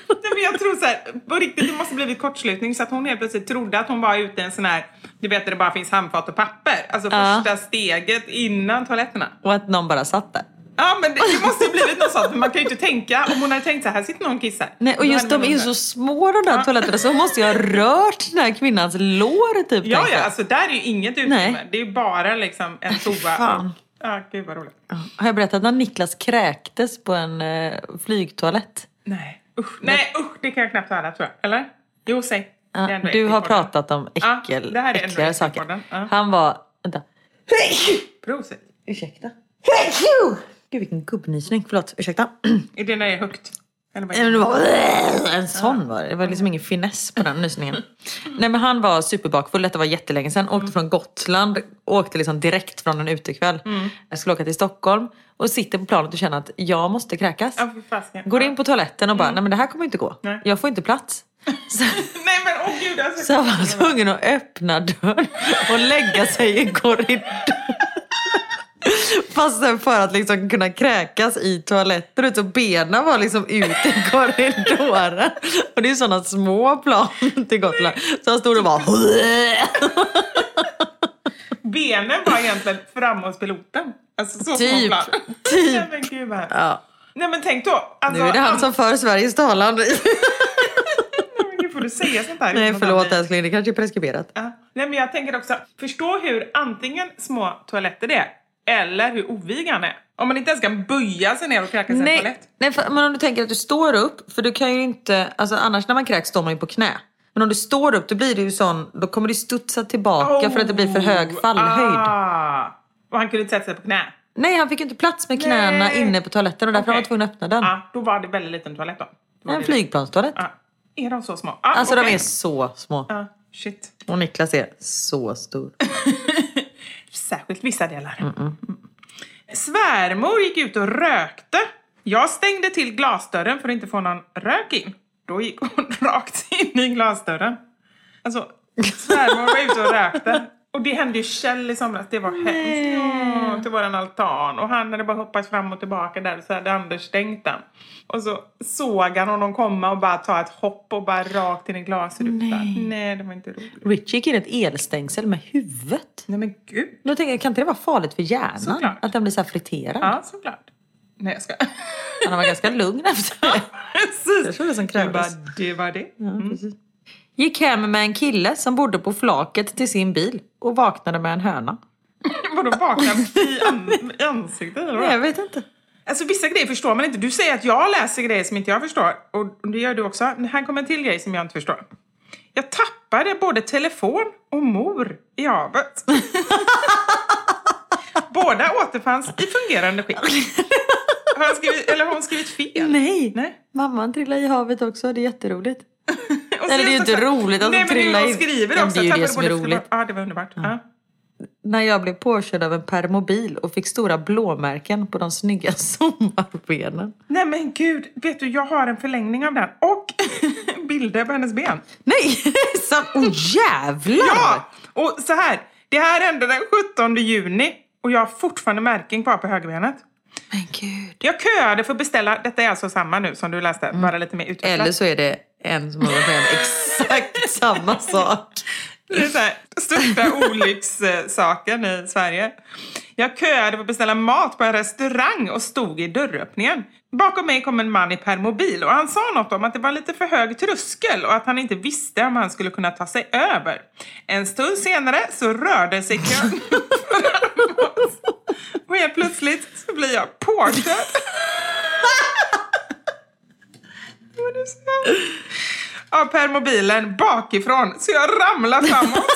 [SPEAKER 3] Nej, men jag tror så här, på riktigt det måste blivit kortslutning så att hon helt plötsligt trodde att hon var ute i en sån här, du vet där det bara finns handfat och papper. Alltså
[SPEAKER 2] Ja.
[SPEAKER 3] första steget innan toaletterna.
[SPEAKER 2] Och att någon bara satt där.
[SPEAKER 3] Ja men det, det måste ju blivit något sånt, för man kan ju inte tänka, om hon hade tänkt så här, här sitter någon och kissar.
[SPEAKER 2] Nej, och
[SPEAKER 3] Då
[SPEAKER 2] just
[SPEAKER 3] hade man
[SPEAKER 2] de är ju så
[SPEAKER 3] undrat.
[SPEAKER 2] små de där toaletterna så måste jag ha rört den här kvinnans lår typ.
[SPEAKER 3] Ja,
[SPEAKER 2] tänker
[SPEAKER 3] ja,
[SPEAKER 2] jag.
[SPEAKER 3] alltså där är ju inget utrymme.
[SPEAKER 2] Nej.
[SPEAKER 3] Det är ju bara liksom en toa.
[SPEAKER 2] fan.
[SPEAKER 3] Ja, gud vad roligt.
[SPEAKER 2] Har jag berättat när Niklas kräktes på en eh, flygtoalett?
[SPEAKER 3] Nej, usch. Nej, usch, det kan jag knappt höra tror jag. Eller? Jo, säg.
[SPEAKER 2] Ja,
[SPEAKER 3] Det är ändå
[SPEAKER 2] du har
[SPEAKER 3] äckelpodden.
[SPEAKER 2] pratat om äckel,
[SPEAKER 3] Ja, det här är ändå
[SPEAKER 2] äckligare saker.
[SPEAKER 3] äckelpodden. Ja.
[SPEAKER 2] Han var... Vänta.
[SPEAKER 3] Prosit.
[SPEAKER 2] Ursäkta. Hej! Gud vilken gubbnysning. Förlåt, ursäkta.
[SPEAKER 3] Är det när det är högt? Eller vad är
[SPEAKER 2] Eller
[SPEAKER 3] det?
[SPEAKER 2] det var en sån var det. Det var liksom ingen finess på den nysningen. Nej men han var superbakfull, detta var jättelänge sedan. Åkte från Gotland, åkte liksom direkt från en utekväll.
[SPEAKER 3] Mm.
[SPEAKER 2] Jag skulle åka till Stockholm och sitter på planet och känner att jag måste kräkas.
[SPEAKER 3] Ja, fy fasiken.
[SPEAKER 2] Går
[SPEAKER 3] Ja.
[SPEAKER 2] in på toaletten och bara, nej men det här kommer inte gå.
[SPEAKER 3] Nej.
[SPEAKER 2] Jag får inte plats. Så-
[SPEAKER 3] Nej men åh gud alltså.
[SPEAKER 2] Så han var tvungen att öppna dörren och lägga sig i korridoren. Fastän för att liksom kunna kräkas i toaletter och så benen var liksom ute i korridoren. Och det är sådana små plan till Gotland. Så han stod och bara...
[SPEAKER 3] Benen var egentligen framme hos piloten. Alltså så
[SPEAKER 2] Typ,
[SPEAKER 3] små plan.
[SPEAKER 2] typ.
[SPEAKER 3] Nej men gud vad hemskt.
[SPEAKER 2] Ja.
[SPEAKER 3] Nej men tänk då. Alltså,
[SPEAKER 2] Nu är det han som för Sveriges talan.
[SPEAKER 3] Gud, får du säga sånt här?
[SPEAKER 2] Nej
[SPEAKER 3] utan att
[SPEAKER 2] förlåt
[SPEAKER 3] bli-
[SPEAKER 2] älskling, det kanske är preskriberat.
[SPEAKER 3] Ja. Nej men jag tänker också, förstå hur antingen små toaletter det är, eller hur ovig han är. Om man inte ens kan böja sig ner och kräka sig i en
[SPEAKER 2] Nej,
[SPEAKER 3] toalett.
[SPEAKER 2] nej för, men om du tänker att du står upp, för du kan ju inte, alltså annars när man kräks står man ju på knä. Men om du står upp då blir det ju sån, då kommer det studsa tillbaka för att det blir för hög fallhöjd.
[SPEAKER 3] Oh, Ah. Och han kunde inte sätta sig på knä.
[SPEAKER 2] Nej han fick ju inte plats med knäna
[SPEAKER 3] Nej.
[SPEAKER 2] inne på toaletten och därför
[SPEAKER 3] Okej.
[SPEAKER 2] var
[SPEAKER 3] Ah.
[SPEAKER 2] han tvungen att öppna den.
[SPEAKER 3] Ja, då var det väldigt liten toalett då. Då var
[SPEAKER 2] en
[SPEAKER 3] det-
[SPEAKER 2] flygplanstoalett.
[SPEAKER 3] Ja. Är de så små? Ah,
[SPEAKER 2] Alltså de
[SPEAKER 3] okej.
[SPEAKER 2] är så små.
[SPEAKER 3] Ja, shit.
[SPEAKER 2] Och Niklas är så stor.
[SPEAKER 3] Särskilt vissa delar. Svärmor gick ut och rökte. Jag stängde till glasdörren för att inte få någon rök in. Då gick hon rakt in i glasdörren. Alltså, svärmor var ute och rökte. Och det hände ju Kjell i somras. Det var hemskt. Åh, till våran altan. Och han hade bara hoppats fram och tillbaka där. Så hade Anders stängt den. Och så såg han honom komma och bara ta ett hopp och bara rakt in i glasrutan. Nej, Nej det var inte roligt.
[SPEAKER 2] Richie gick in i ett elstängsel med huvudet.
[SPEAKER 3] Nej men gud.
[SPEAKER 2] Då tänker jag, kan inte det vara farligt för hjärnan?
[SPEAKER 3] Såklart. Ah.
[SPEAKER 2] Att den blir så här friterad?
[SPEAKER 3] Ja, såklart. Nej, jag ska.
[SPEAKER 2] Han var ganska lugn efter det.
[SPEAKER 3] Precis.
[SPEAKER 2] Jag tror det som
[SPEAKER 3] Jag bara,
[SPEAKER 2] krävdes.
[SPEAKER 3] det var det. Mm.
[SPEAKER 2] Gick hem med en kille som bodde på flaket till sin bil och vaknade med en höna.
[SPEAKER 3] Vadå vakna i, an- i ansiktet eller
[SPEAKER 2] Nej, jag
[SPEAKER 3] vad?
[SPEAKER 2] vet inte.
[SPEAKER 3] Alltså vissa grejer förstår man inte. Du säger att jag läser grejer som inte jag förstår. Och det gör du också. Men Här kommer en till grej som jag inte förstår. Jag tappade både telefon och mor i havet. Båda återfanns i fungerande skick. Har han skrivit, eller har hon skrivit fel?
[SPEAKER 2] Nej.
[SPEAKER 3] Nej.
[SPEAKER 2] Mamman trillade i havet också, det är jätteroligt.
[SPEAKER 3] Och
[SPEAKER 2] Eller
[SPEAKER 3] sen
[SPEAKER 2] det är ju
[SPEAKER 3] så-
[SPEAKER 2] inte roligt att
[SPEAKER 3] Nej,
[SPEAKER 2] de
[SPEAKER 3] men det är ju
[SPEAKER 2] trillar
[SPEAKER 3] vad hon
[SPEAKER 2] in.
[SPEAKER 3] skriver
[SPEAKER 2] Ja,
[SPEAKER 3] också.
[SPEAKER 2] det är ju
[SPEAKER 3] Tappade
[SPEAKER 2] det som
[SPEAKER 3] både
[SPEAKER 2] är
[SPEAKER 3] telefon-
[SPEAKER 2] roligt.
[SPEAKER 3] Ja, det var underbart. Ja.
[SPEAKER 2] När jag blev påkörd av en permobil och fick stora blåmärken på de snygga sommarbenen.
[SPEAKER 3] Nej men gud, vet du jag har en förlängning av den och bilder på hennes ben.
[SPEAKER 2] Nej! Så, oh, jävlar!
[SPEAKER 3] Ja! Och så här, det här hände den 17 juni och jag har fortfarande märken kvar på högerbenet.
[SPEAKER 2] Men gud.
[SPEAKER 3] Jag köade för att beställa, detta är alltså samma nu som du läste, bara lite mer utvecklat.
[SPEAKER 2] Eller så är det en som har varit med om exakt samma sak.
[SPEAKER 3] Det är så här, största olyckssaken i Sverige. Jag köade för att beställa mat på en restaurang och stod i dörröppningen. Bakom mig kom en man i permobil och han sa något om att det var lite för hög tröskel och att han inte visste om han skulle kunna ta sig över. En stund senare så rörde sig kön framåt. och helt plötsligt så blir jag påkörd. Vad du sa. Ja, permobilen bakifrån så jag ramlar framåt.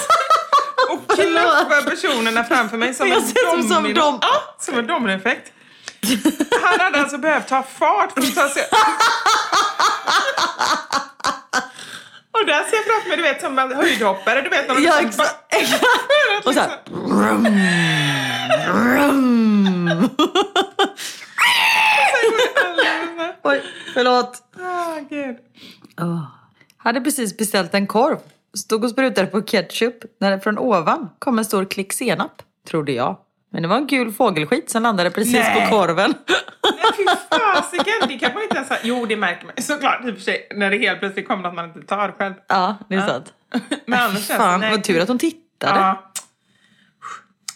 [SPEAKER 3] Och knuffar personerna framför mig som
[SPEAKER 2] Jag
[SPEAKER 3] en
[SPEAKER 2] ser ut som
[SPEAKER 3] domino-
[SPEAKER 2] dom-
[SPEAKER 3] Ja, som en dominoeffekt. Han hade alltså behövt ta fart för att ta sig... Och där ser jag framför mig, du vet, som en höjdhoppare. Du vet, när de
[SPEAKER 2] Ja,
[SPEAKER 3] liksom
[SPEAKER 2] exakt.
[SPEAKER 3] bara-
[SPEAKER 2] Och så här... Brum, brum. Oj, förlåt.
[SPEAKER 3] Ah, gud.
[SPEAKER 2] Hade precis beställt en korv. Stod och sprutade på ketchup när det från ovan kom en stor klick senap, trodde jag. Men det var en gul fågelskit som landade precis
[SPEAKER 3] Nej.
[SPEAKER 2] på korven.
[SPEAKER 3] Nej, fy fasiken! Det kan man inte ens ha. Jo, det märker man såklart i och för sig när det helt plötsligt kommer något man inte tar själv.
[SPEAKER 2] ja, det är sant.
[SPEAKER 3] Men annars känns
[SPEAKER 2] Äh, Fan,
[SPEAKER 3] det...
[SPEAKER 2] vad tur att hon tittade.
[SPEAKER 3] Ja.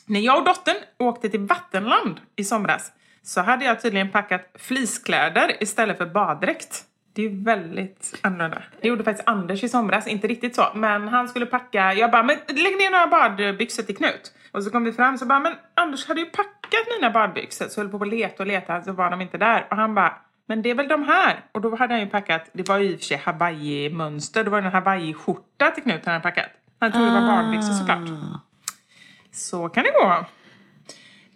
[SPEAKER 3] När jag och dottern åkte till Vattenland i somras så hade jag tydligen packat fleecekläder istället för baddräkt. Det är ju väldigt annorlunda. Det gjorde faktiskt Anders i somras, inte riktigt så. Men han skulle packa, jag bara, men lägg ner några badbyxor till Knut. Och så kom vi fram så bara, men Anders hade ju packat mina badbyxor. Så höll på att leta och leta, så var de inte där. Och han bara, men det är väl de här? Och då hade han ju packat, det var ju i och för sig hawaii-mönster, det var en hawaii-skjorta till Knut han hade packat. Han trodde det var badbyxor såklart. Så kan det gå.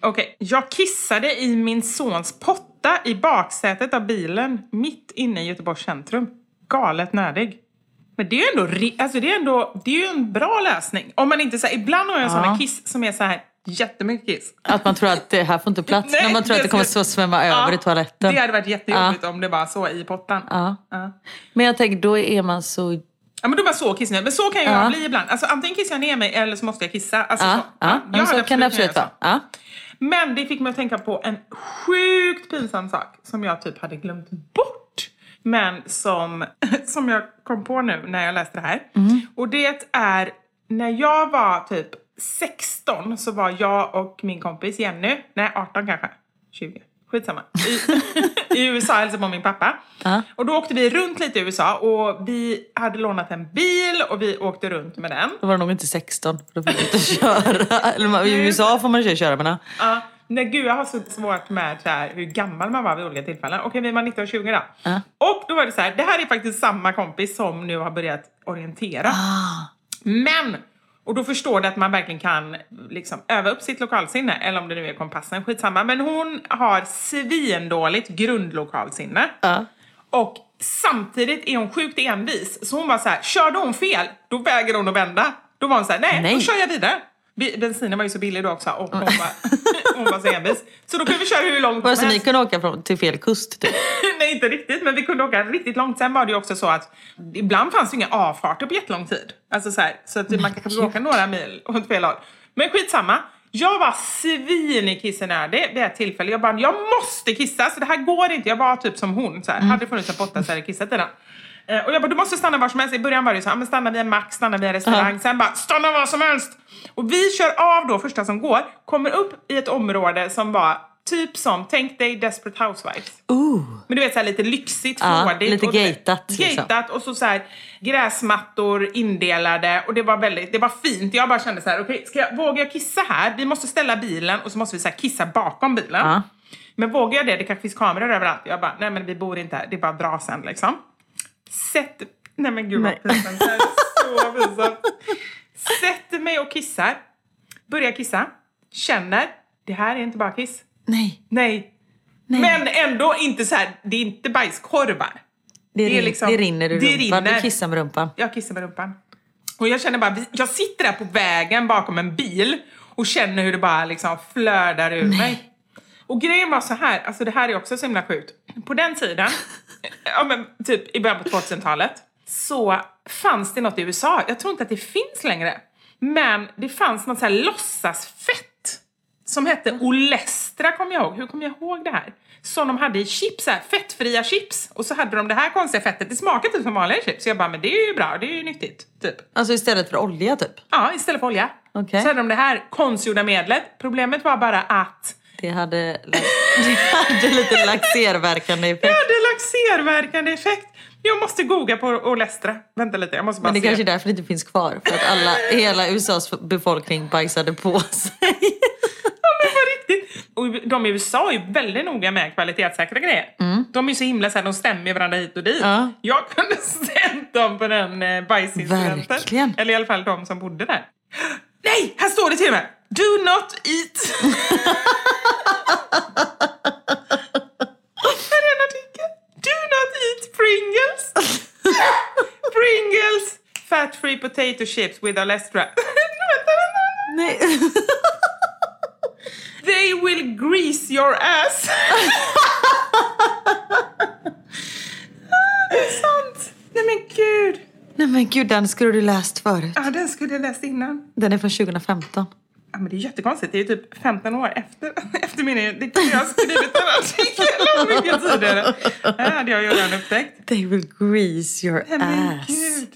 [SPEAKER 3] Okej, jag kissade i min sons potta i baksätet av bilen mitt inne i Göteborgs centrum. Galet nödig. Men det är ju ändå, ri- alltså det är ändå det är ju en bra lösning. Om man inte säger, ibland har jag sådana kiss som är så här jättemycket kiss.
[SPEAKER 2] Att man tror att det här får inte plats.
[SPEAKER 3] Nej,
[SPEAKER 2] när man tror att
[SPEAKER 3] det
[SPEAKER 2] det kommer
[SPEAKER 3] ska-
[SPEAKER 2] så svämma över i toaletten.
[SPEAKER 3] Det hade varit jättejobbigt om det var så i pottan.
[SPEAKER 2] Ja.
[SPEAKER 3] Ja.
[SPEAKER 2] Men jag tänker, då är man så...
[SPEAKER 3] Ja men då bara så kissnödig. Men så kan jag
[SPEAKER 2] Ja.
[SPEAKER 3] bli ibland. Alltså antingen kissar jag ner mig eller så måste jag kissa. Alltså,
[SPEAKER 2] Ja,
[SPEAKER 3] så.
[SPEAKER 2] ja.
[SPEAKER 3] jag
[SPEAKER 2] Men så
[SPEAKER 3] hade
[SPEAKER 2] kan det
[SPEAKER 3] absolut
[SPEAKER 2] absolut
[SPEAKER 3] kunnat
[SPEAKER 2] vara.
[SPEAKER 3] göra så.
[SPEAKER 2] Ja.
[SPEAKER 3] Men det fick mig att tänka på en sjukt pinsam sak som jag typ hade glömt bort. Men som, som jag kom på nu när jag läste det här. Och det är när jag var typ 16 så var jag och min kompis Jenny, nej 18 kanske, 20, skitsamma. I, i USA hälsade på min pappa. Och då åkte vi runt lite i USA och vi hade lånat en bil och vi åkte runt med den.
[SPEAKER 2] Då var det nog inte 16, för då får man inte köra. Eller man, I USA får man ju köra men ja.
[SPEAKER 3] Ja, nej gud jag har så svårt med så här, hur gammal man var vid olika tillfällen. Okej vi var 19 och 20 då. Och då var det så här, det här är faktiskt samma kompis som nu har börjat orientera. Men! Och då förstår det att man verkligen kan liksom öva upp sitt lokalsinne, eller om det nu är kompassen, skitsamma. Men hon har svindåligt grundlokalsinne. Och samtidigt är hon sjukt envis. Så hon var så här, körde hon fel, då väger hon att vända. Då var hon så här, nej, då
[SPEAKER 2] Nej.
[SPEAKER 3] kör jag vidare. Bi- Bensinen var ju så billig då också och hon var, hon var så envis. Så då kunde vi köra hur långt
[SPEAKER 2] Var det så
[SPEAKER 3] som
[SPEAKER 2] ni
[SPEAKER 3] helst.
[SPEAKER 2] kunde åka från, till fel kust typ?
[SPEAKER 3] Nej, inte riktigt, men vi kunde åka riktigt långt. Sen var det ju också så att ibland fanns det ju inga avfarter på jättelång tid. Alltså så här, så att man kanske fick åka några mil åt fel håll. Men skitsamma. Jag var svinikissenödig vid ett tillfälle. Jag bara, jag måste kissa, så det här går inte. Jag var typ som hon, så här. hade det funnits en potta så hade jag kissat i den. Eh, Och jag bara, du måste stanna var som helst. I början var det ju så, här, "Ja, men stanna vid en mack, stanna vid en restaurang. Sen bara, stanna var som helst! Och vi kör av då, första som går, kommer upp i ett område som var typ som, tänk dig Desperate Housewives.
[SPEAKER 2] Ooh.
[SPEAKER 3] Men du vet så här, lite lyxigt,
[SPEAKER 2] Ja,
[SPEAKER 3] flådigt.
[SPEAKER 2] lite
[SPEAKER 3] och du vet,
[SPEAKER 2] gatat, liksom.
[SPEAKER 3] Gatat och så, så här, gräsmattor indelade och det var väldigt, det var fint. Jag bara kände så här, okej, ska jag, vågar jag kissa här? Vi måste ställa bilen och så måste vi så här, kissa bakom bilen. Men vågar jag det? Det kanske finns kameror överallt. Jag bara, nej men vi bor inte här, det är bara att dra sen liksom. Sätt... Nej men gud vad pinsamt. Det här är så pinsamt. Sätter mig och kissar. Börjar kissa. Känner, det här är inte bara kiss.
[SPEAKER 2] Nej.
[SPEAKER 3] Nej. Men ändå inte så här, det är inte bajskorvar.
[SPEAKER 2] Det,
[SPEAKER 3] Det är
[SPEAKER 2] rin,
[SPEAKER 3] liksom-
[SPEAKER 2] det rinner ur
[SPEAKER 3] det
[SPEAKER 2] rumpan.
[SPEAKER 3] rinner.
[SPEAKER 2] Du kissar med rumpan.
[SPEAKER 3] Jag kissar med rumpan. Och jag känner bara, vi- jag sitter där på vägen bakom en bil och känner hur det bara liksom flödar ur mig. Och grejen var så här, alltså det här är också så himla sjukt. På den tiden, ja men typ i början på 2000-talet, så fanns det något i USA, jag tror inte att det finns längre, men det fanns något så här låtsasfett som hette Olestra, kommer jag ihåg. Hur kommer jag ihåg det här? Som de hade i chips, så här, fettfria chips. Och så hade de det här konstiga fettet. Det smakade typ som vanliga chips. Så jag bara, men det är ju bra, det är ju nyttigt. Typ.
[SPEAKER 2] Alltså istället för olja typ?
[SPEAKER 3] Ja, istället för olja.
[SPEAKER 2] Okej.
[SPEAKER 3] Så hade de det här konstgjorda medlet. Problemet var bara att
[SPEAKER 2] Det hade, det hade lite laxerverkande
[SPEAKER 3] det
[SPEAKER 2] effekt.
[SPEAKER 3] hade laxerverkande effekt. Jag måste googla på Olestra. Vänta lite, jag måste bara
[SPEAKER 2] Men det
[SPEAKER 3] se.
[SPEAKER 2] kanske är därför det inte finns kvar. För att alla, hela USAs befolkning bajsade på sig.
[SPEAKER 3] riktigt. Och de i USA är ju väldigt noga med kvalitetssäkra grejer. De är ju så himla så här, de stämmer ju varandra hit och dit. Jag kunde stämt dem på den eh, bajsincidenten.
[SPEAKER 2] Verkligen.
[SPEAKER 3] Eller i alla fall de som bodde där. Nej, här står det till och med! Do not eat. här är en artikel. Do not eat Pringles. Pringles fat free potato chips with Alestra. Vänta, vänta.
[SPEAKER 2] Nej.
[SPEAKER 3] They will grease your ass. Ah, det är sant. Nej men gud.
[SPEAKER 2] Nej men gud, den skulle du läst förut.
[SPEAKER 3] Ja, den skulle jag läst innan.
[SPEAKER 2] Den är från 2015.
[SPEAKER 3] Ja, men det är jättekonstigt. Det är ju typ 15 år efter, efter min... Det kunde jag ha skrivit en artikel om mycket tidigare. Det hade jag ju redan upptäckt.
[SPEAKER 2] They will grease your
[SPEAKER 3] Nej, men
[SPEAKER 2] ass.
[SPEAKER 3] gud.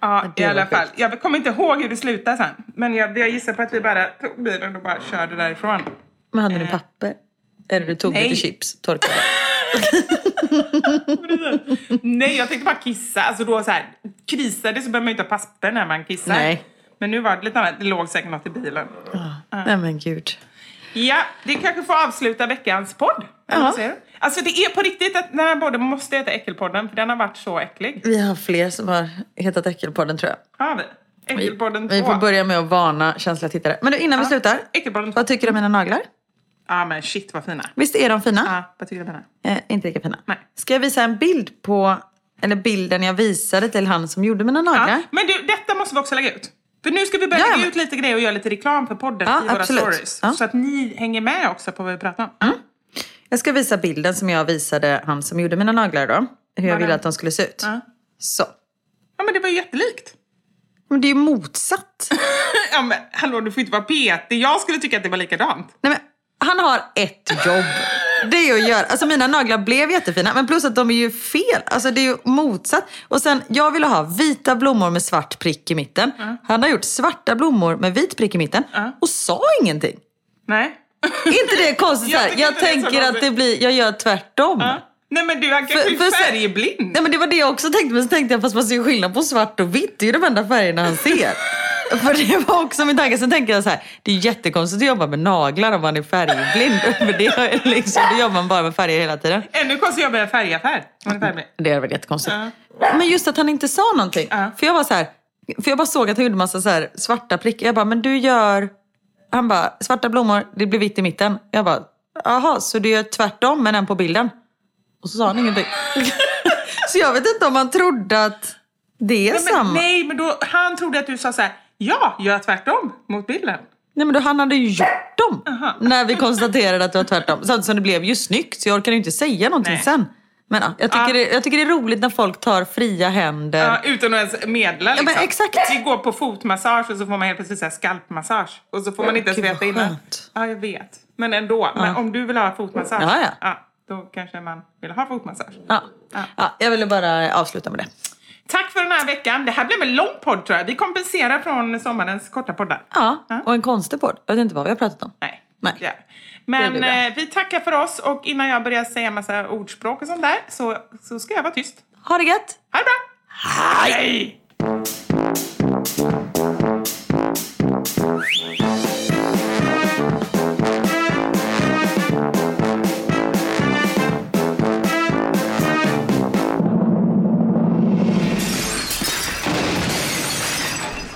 [SPEAKER 3] Ja, i
[SPEAKER 2] var
[SPEAKER 3] alla fall.
[SPEAKER 2] sjukt.
[SPEAKER 3] Jag kommer inte ihåg hur det slutade sen. Men jag, jag gissar på att vi bara tog bilen och bara körde därifrån.
[SPEAKER 2] Men hade ni papper? Eller du tog
[SPEAKER 3] Eh, nej.
[SPEAKER 2] lite chips, torkade.
[SPEAKER 3] Nej, jag tänkte bara kissa. Alltså då så här, krisade så behöver man ju inte ha papper när man kissar.
[SPEAKER 2] Nej.
[SPEAKER 3] Men nu var det lite annat. Det låg säkert något i bilen. Ah.
[SPEAKER 2] Nej men gud.
[SPEAKER 3] Ja, det kanske får avsluta veckans podd. Eller vad säger du? Alltså det är på riktigt att den här podden måste heta Äckelpodden för den har varit så äcklig.
[SPEAKER 2] Vi har fler som har hetat Äckelpodden tror jag.
[SPEAKER 3] Har vi? Äckelpodden 2.
[SPEAKER 2] Vi får börja med att varna känsliga tittare. Men du, innan vi slutar.
[SPEAKER 3] Äckelpodden 2.
[SPEAKER 2] Vad tycker du om mina naglar?
[SPEAKER 3] Ja men shit vad fina.
[SPEAKER 2] Visst är de fina?
[SPEAKER 3] Ja, vad tycker du om den här?
[SPEAKER 2] Eh, inte lika fina.
[SPEAKER 3] Ah. Nej.
[SPEAKER 2] Ska jag visa en bild på, eller bilden jag visade till han som gjorde mina naglar?
[SPEAKER 3] Ja, men du, detta måste vi också lägga ut. För nu ska vi börja
[SPEAKER 2] Ja, ja,
[SPEAKER 3] lägga
[SPEAKER 2] men-
[SPEAKER 3] ut lite grejer och göra lite reklam för podden
[SPEAKER 2] Ja,
[SPEAKER 3] i våra
[SPEAKER 2] absolut.
[SPEAKER 3] stories.
[SPEAKER 2] Ja.
[SPEAKER 3] Så att ni hänger med också på vad vi pratar om.
[SPEAKER 2] Jag ska visa bilden som jag visade han som gjorde mina naglar då. Hur jag ville att de skulle se ut.
[SPEAKER 3] Ja.
[SPEAKER 2] Så.
[SPEAKER 3] Ja men det var ju jättelikt.
[SPEAKER 2] Men det är ju motsatt.
[SPEAKER 3] Ja men hallå du får inte vara petig. Jag skulle tycka att det var likadant.
[SPEAKER 2] Nej men, han har ett jobb. Det är att göra. Alltså mina naglar blev jättefina, men plus att de är ju fel. Alltså det är ju motsatt. Och sen, jag ville ha vita blommor med svart prick i mitten. Han har gjort svarta blommor med vit prick i mitten och sa ingenting.
[SPEAKER 3] Nej.
[SPEAKER 2] inte det konstigt? Jag,
[SPEAKER 3] Jag
[SPEAKER 2] här?
[SPEAKER 3] tycker
[SPEAKER 2] jag
[SPEAKER 3] inte det
[SPEAKER 2] tänker
[SPEAKER 3] är så
[SPEAKER 2] att
[SPEAKER 3] konstigt.
[SPEAKER 2] det blir, jag gör tvärtom.
[SPEAKER 3] Nej men du, han kanske
[SPEAKER 2] För-
[SPEAKER 3] är
[SPEAKER 2] för-
[SPEAKER 3] färgblind.
[SPEAKER 2] Nej men det var det jag också tänkte, men så tänkte jag fast man ser ju skillnad på svart och vitt. Det är ju de enda färgerna han ser. För det var också min tanke. Sen tänker jag så här, det är jättekonstigt att jobba med naglar om man är färgblind. För det, är liksom, då jobbar man bara med färger hela tiden.
[SPEAKER 3] Ännu konstigt att jag med färgaffär. Man är färgblind.
[SPEAKER 2] Det hade varit jättekonstigt. Men just att han inte sa någonting. För jag var så här, för jag bara såg att han gjorde massa så här svarta prickar. Jag bara, men du gör... Han bara, svarta blommor, det blir vitt i mitten. Jag bara, jaha, så du gör tvärtom med den på bilden? Och så sa han ingenting. så jag vet inte om han trodde att det är
[SPEAKER 3] Nej, men,
[SPEAKER 2] samma.
[SPEAKER 3] nej, men då, han trodde att du sa så här, ja, gör tvärtom mot bilden.
[SPEAKER 2] Nej men då, han hade ju gjort dem när vi konstaterade att det var tvärtom. Samtidigt som det blev ju snyggt så jag orkar ju inte säga någonting
[SPEAKER 3] Nej.
[SPEAKER 2] sen. Men ja, jag, tycker
[SPEAKER 3] Ja.
[SPEAKER 2] det, jag tycker det är roligt när folk tar fria händer.
[SPEAKER 3] Ja, utan att ens medla
[SPEAKER 2] Ja,
[SPEAKER 3] liksom.
[SPEAKER 2] men exakt.
[SPEAKER 3] Vi går på fotmassage och så får man helt plötsligt så här skalpmassage. Och så får man inte ens
[SPEAKER 2] Gud, vad
[SPEAKER 3] veta innan. Ja, jag vet. Men ändå, men om du vill ha fotmassage,
[SPEAKER 2] Ja, ja.
[SPEAKER 3] då kanske man vill ha fotmassage.
[SPEAKER 2] Ja. Ja, jag ville bara avsluta med det.
[SPEAKER 3] Tack för den här veckan. Det här blev en lång podd tror jag. Vi kompenserar från sommarens korta poddar.
[SPEAKER 2] Ja, och en konstig podd. Jag vet inte vad vi har pratat om.
[SPEAKER 3] Nej.
[SPEAKER 2] Nej.
[SPEAKER 3] Ja.
[SPEAKER 2] Det blir
[SPEAKER 3] Men
[SPEAKER 2] bra.
[SPEAKER 3] eh, vi tackar för oss och innan jag börjar säga massa ordspråk och sånt där så, så ska jag vara tyst.
[SPEAKER 2] Ha det gött!
[SPEAKER 3] Ha det bra! Hej!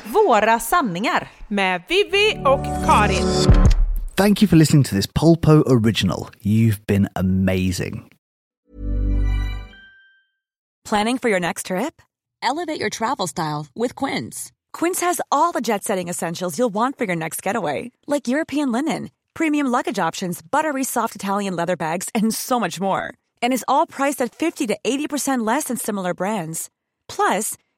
[SPEAKER 7] Våra sanningar.
[SPEAKER 3] Med Vivi och Karin.
[SPEAKER 8] Thank you for listening to this Polpo original. You've been amazing.
[SPEAKER 9] Planning for your next trip? Elevate your travel style with Quince. Quince has all the jet setting essentials you'll want for your next getaway, like European linen, premium luggage options, buttery soft Italian leather bags, and so much more. And is all priced at 50 to 80% less than similar brands. Plus,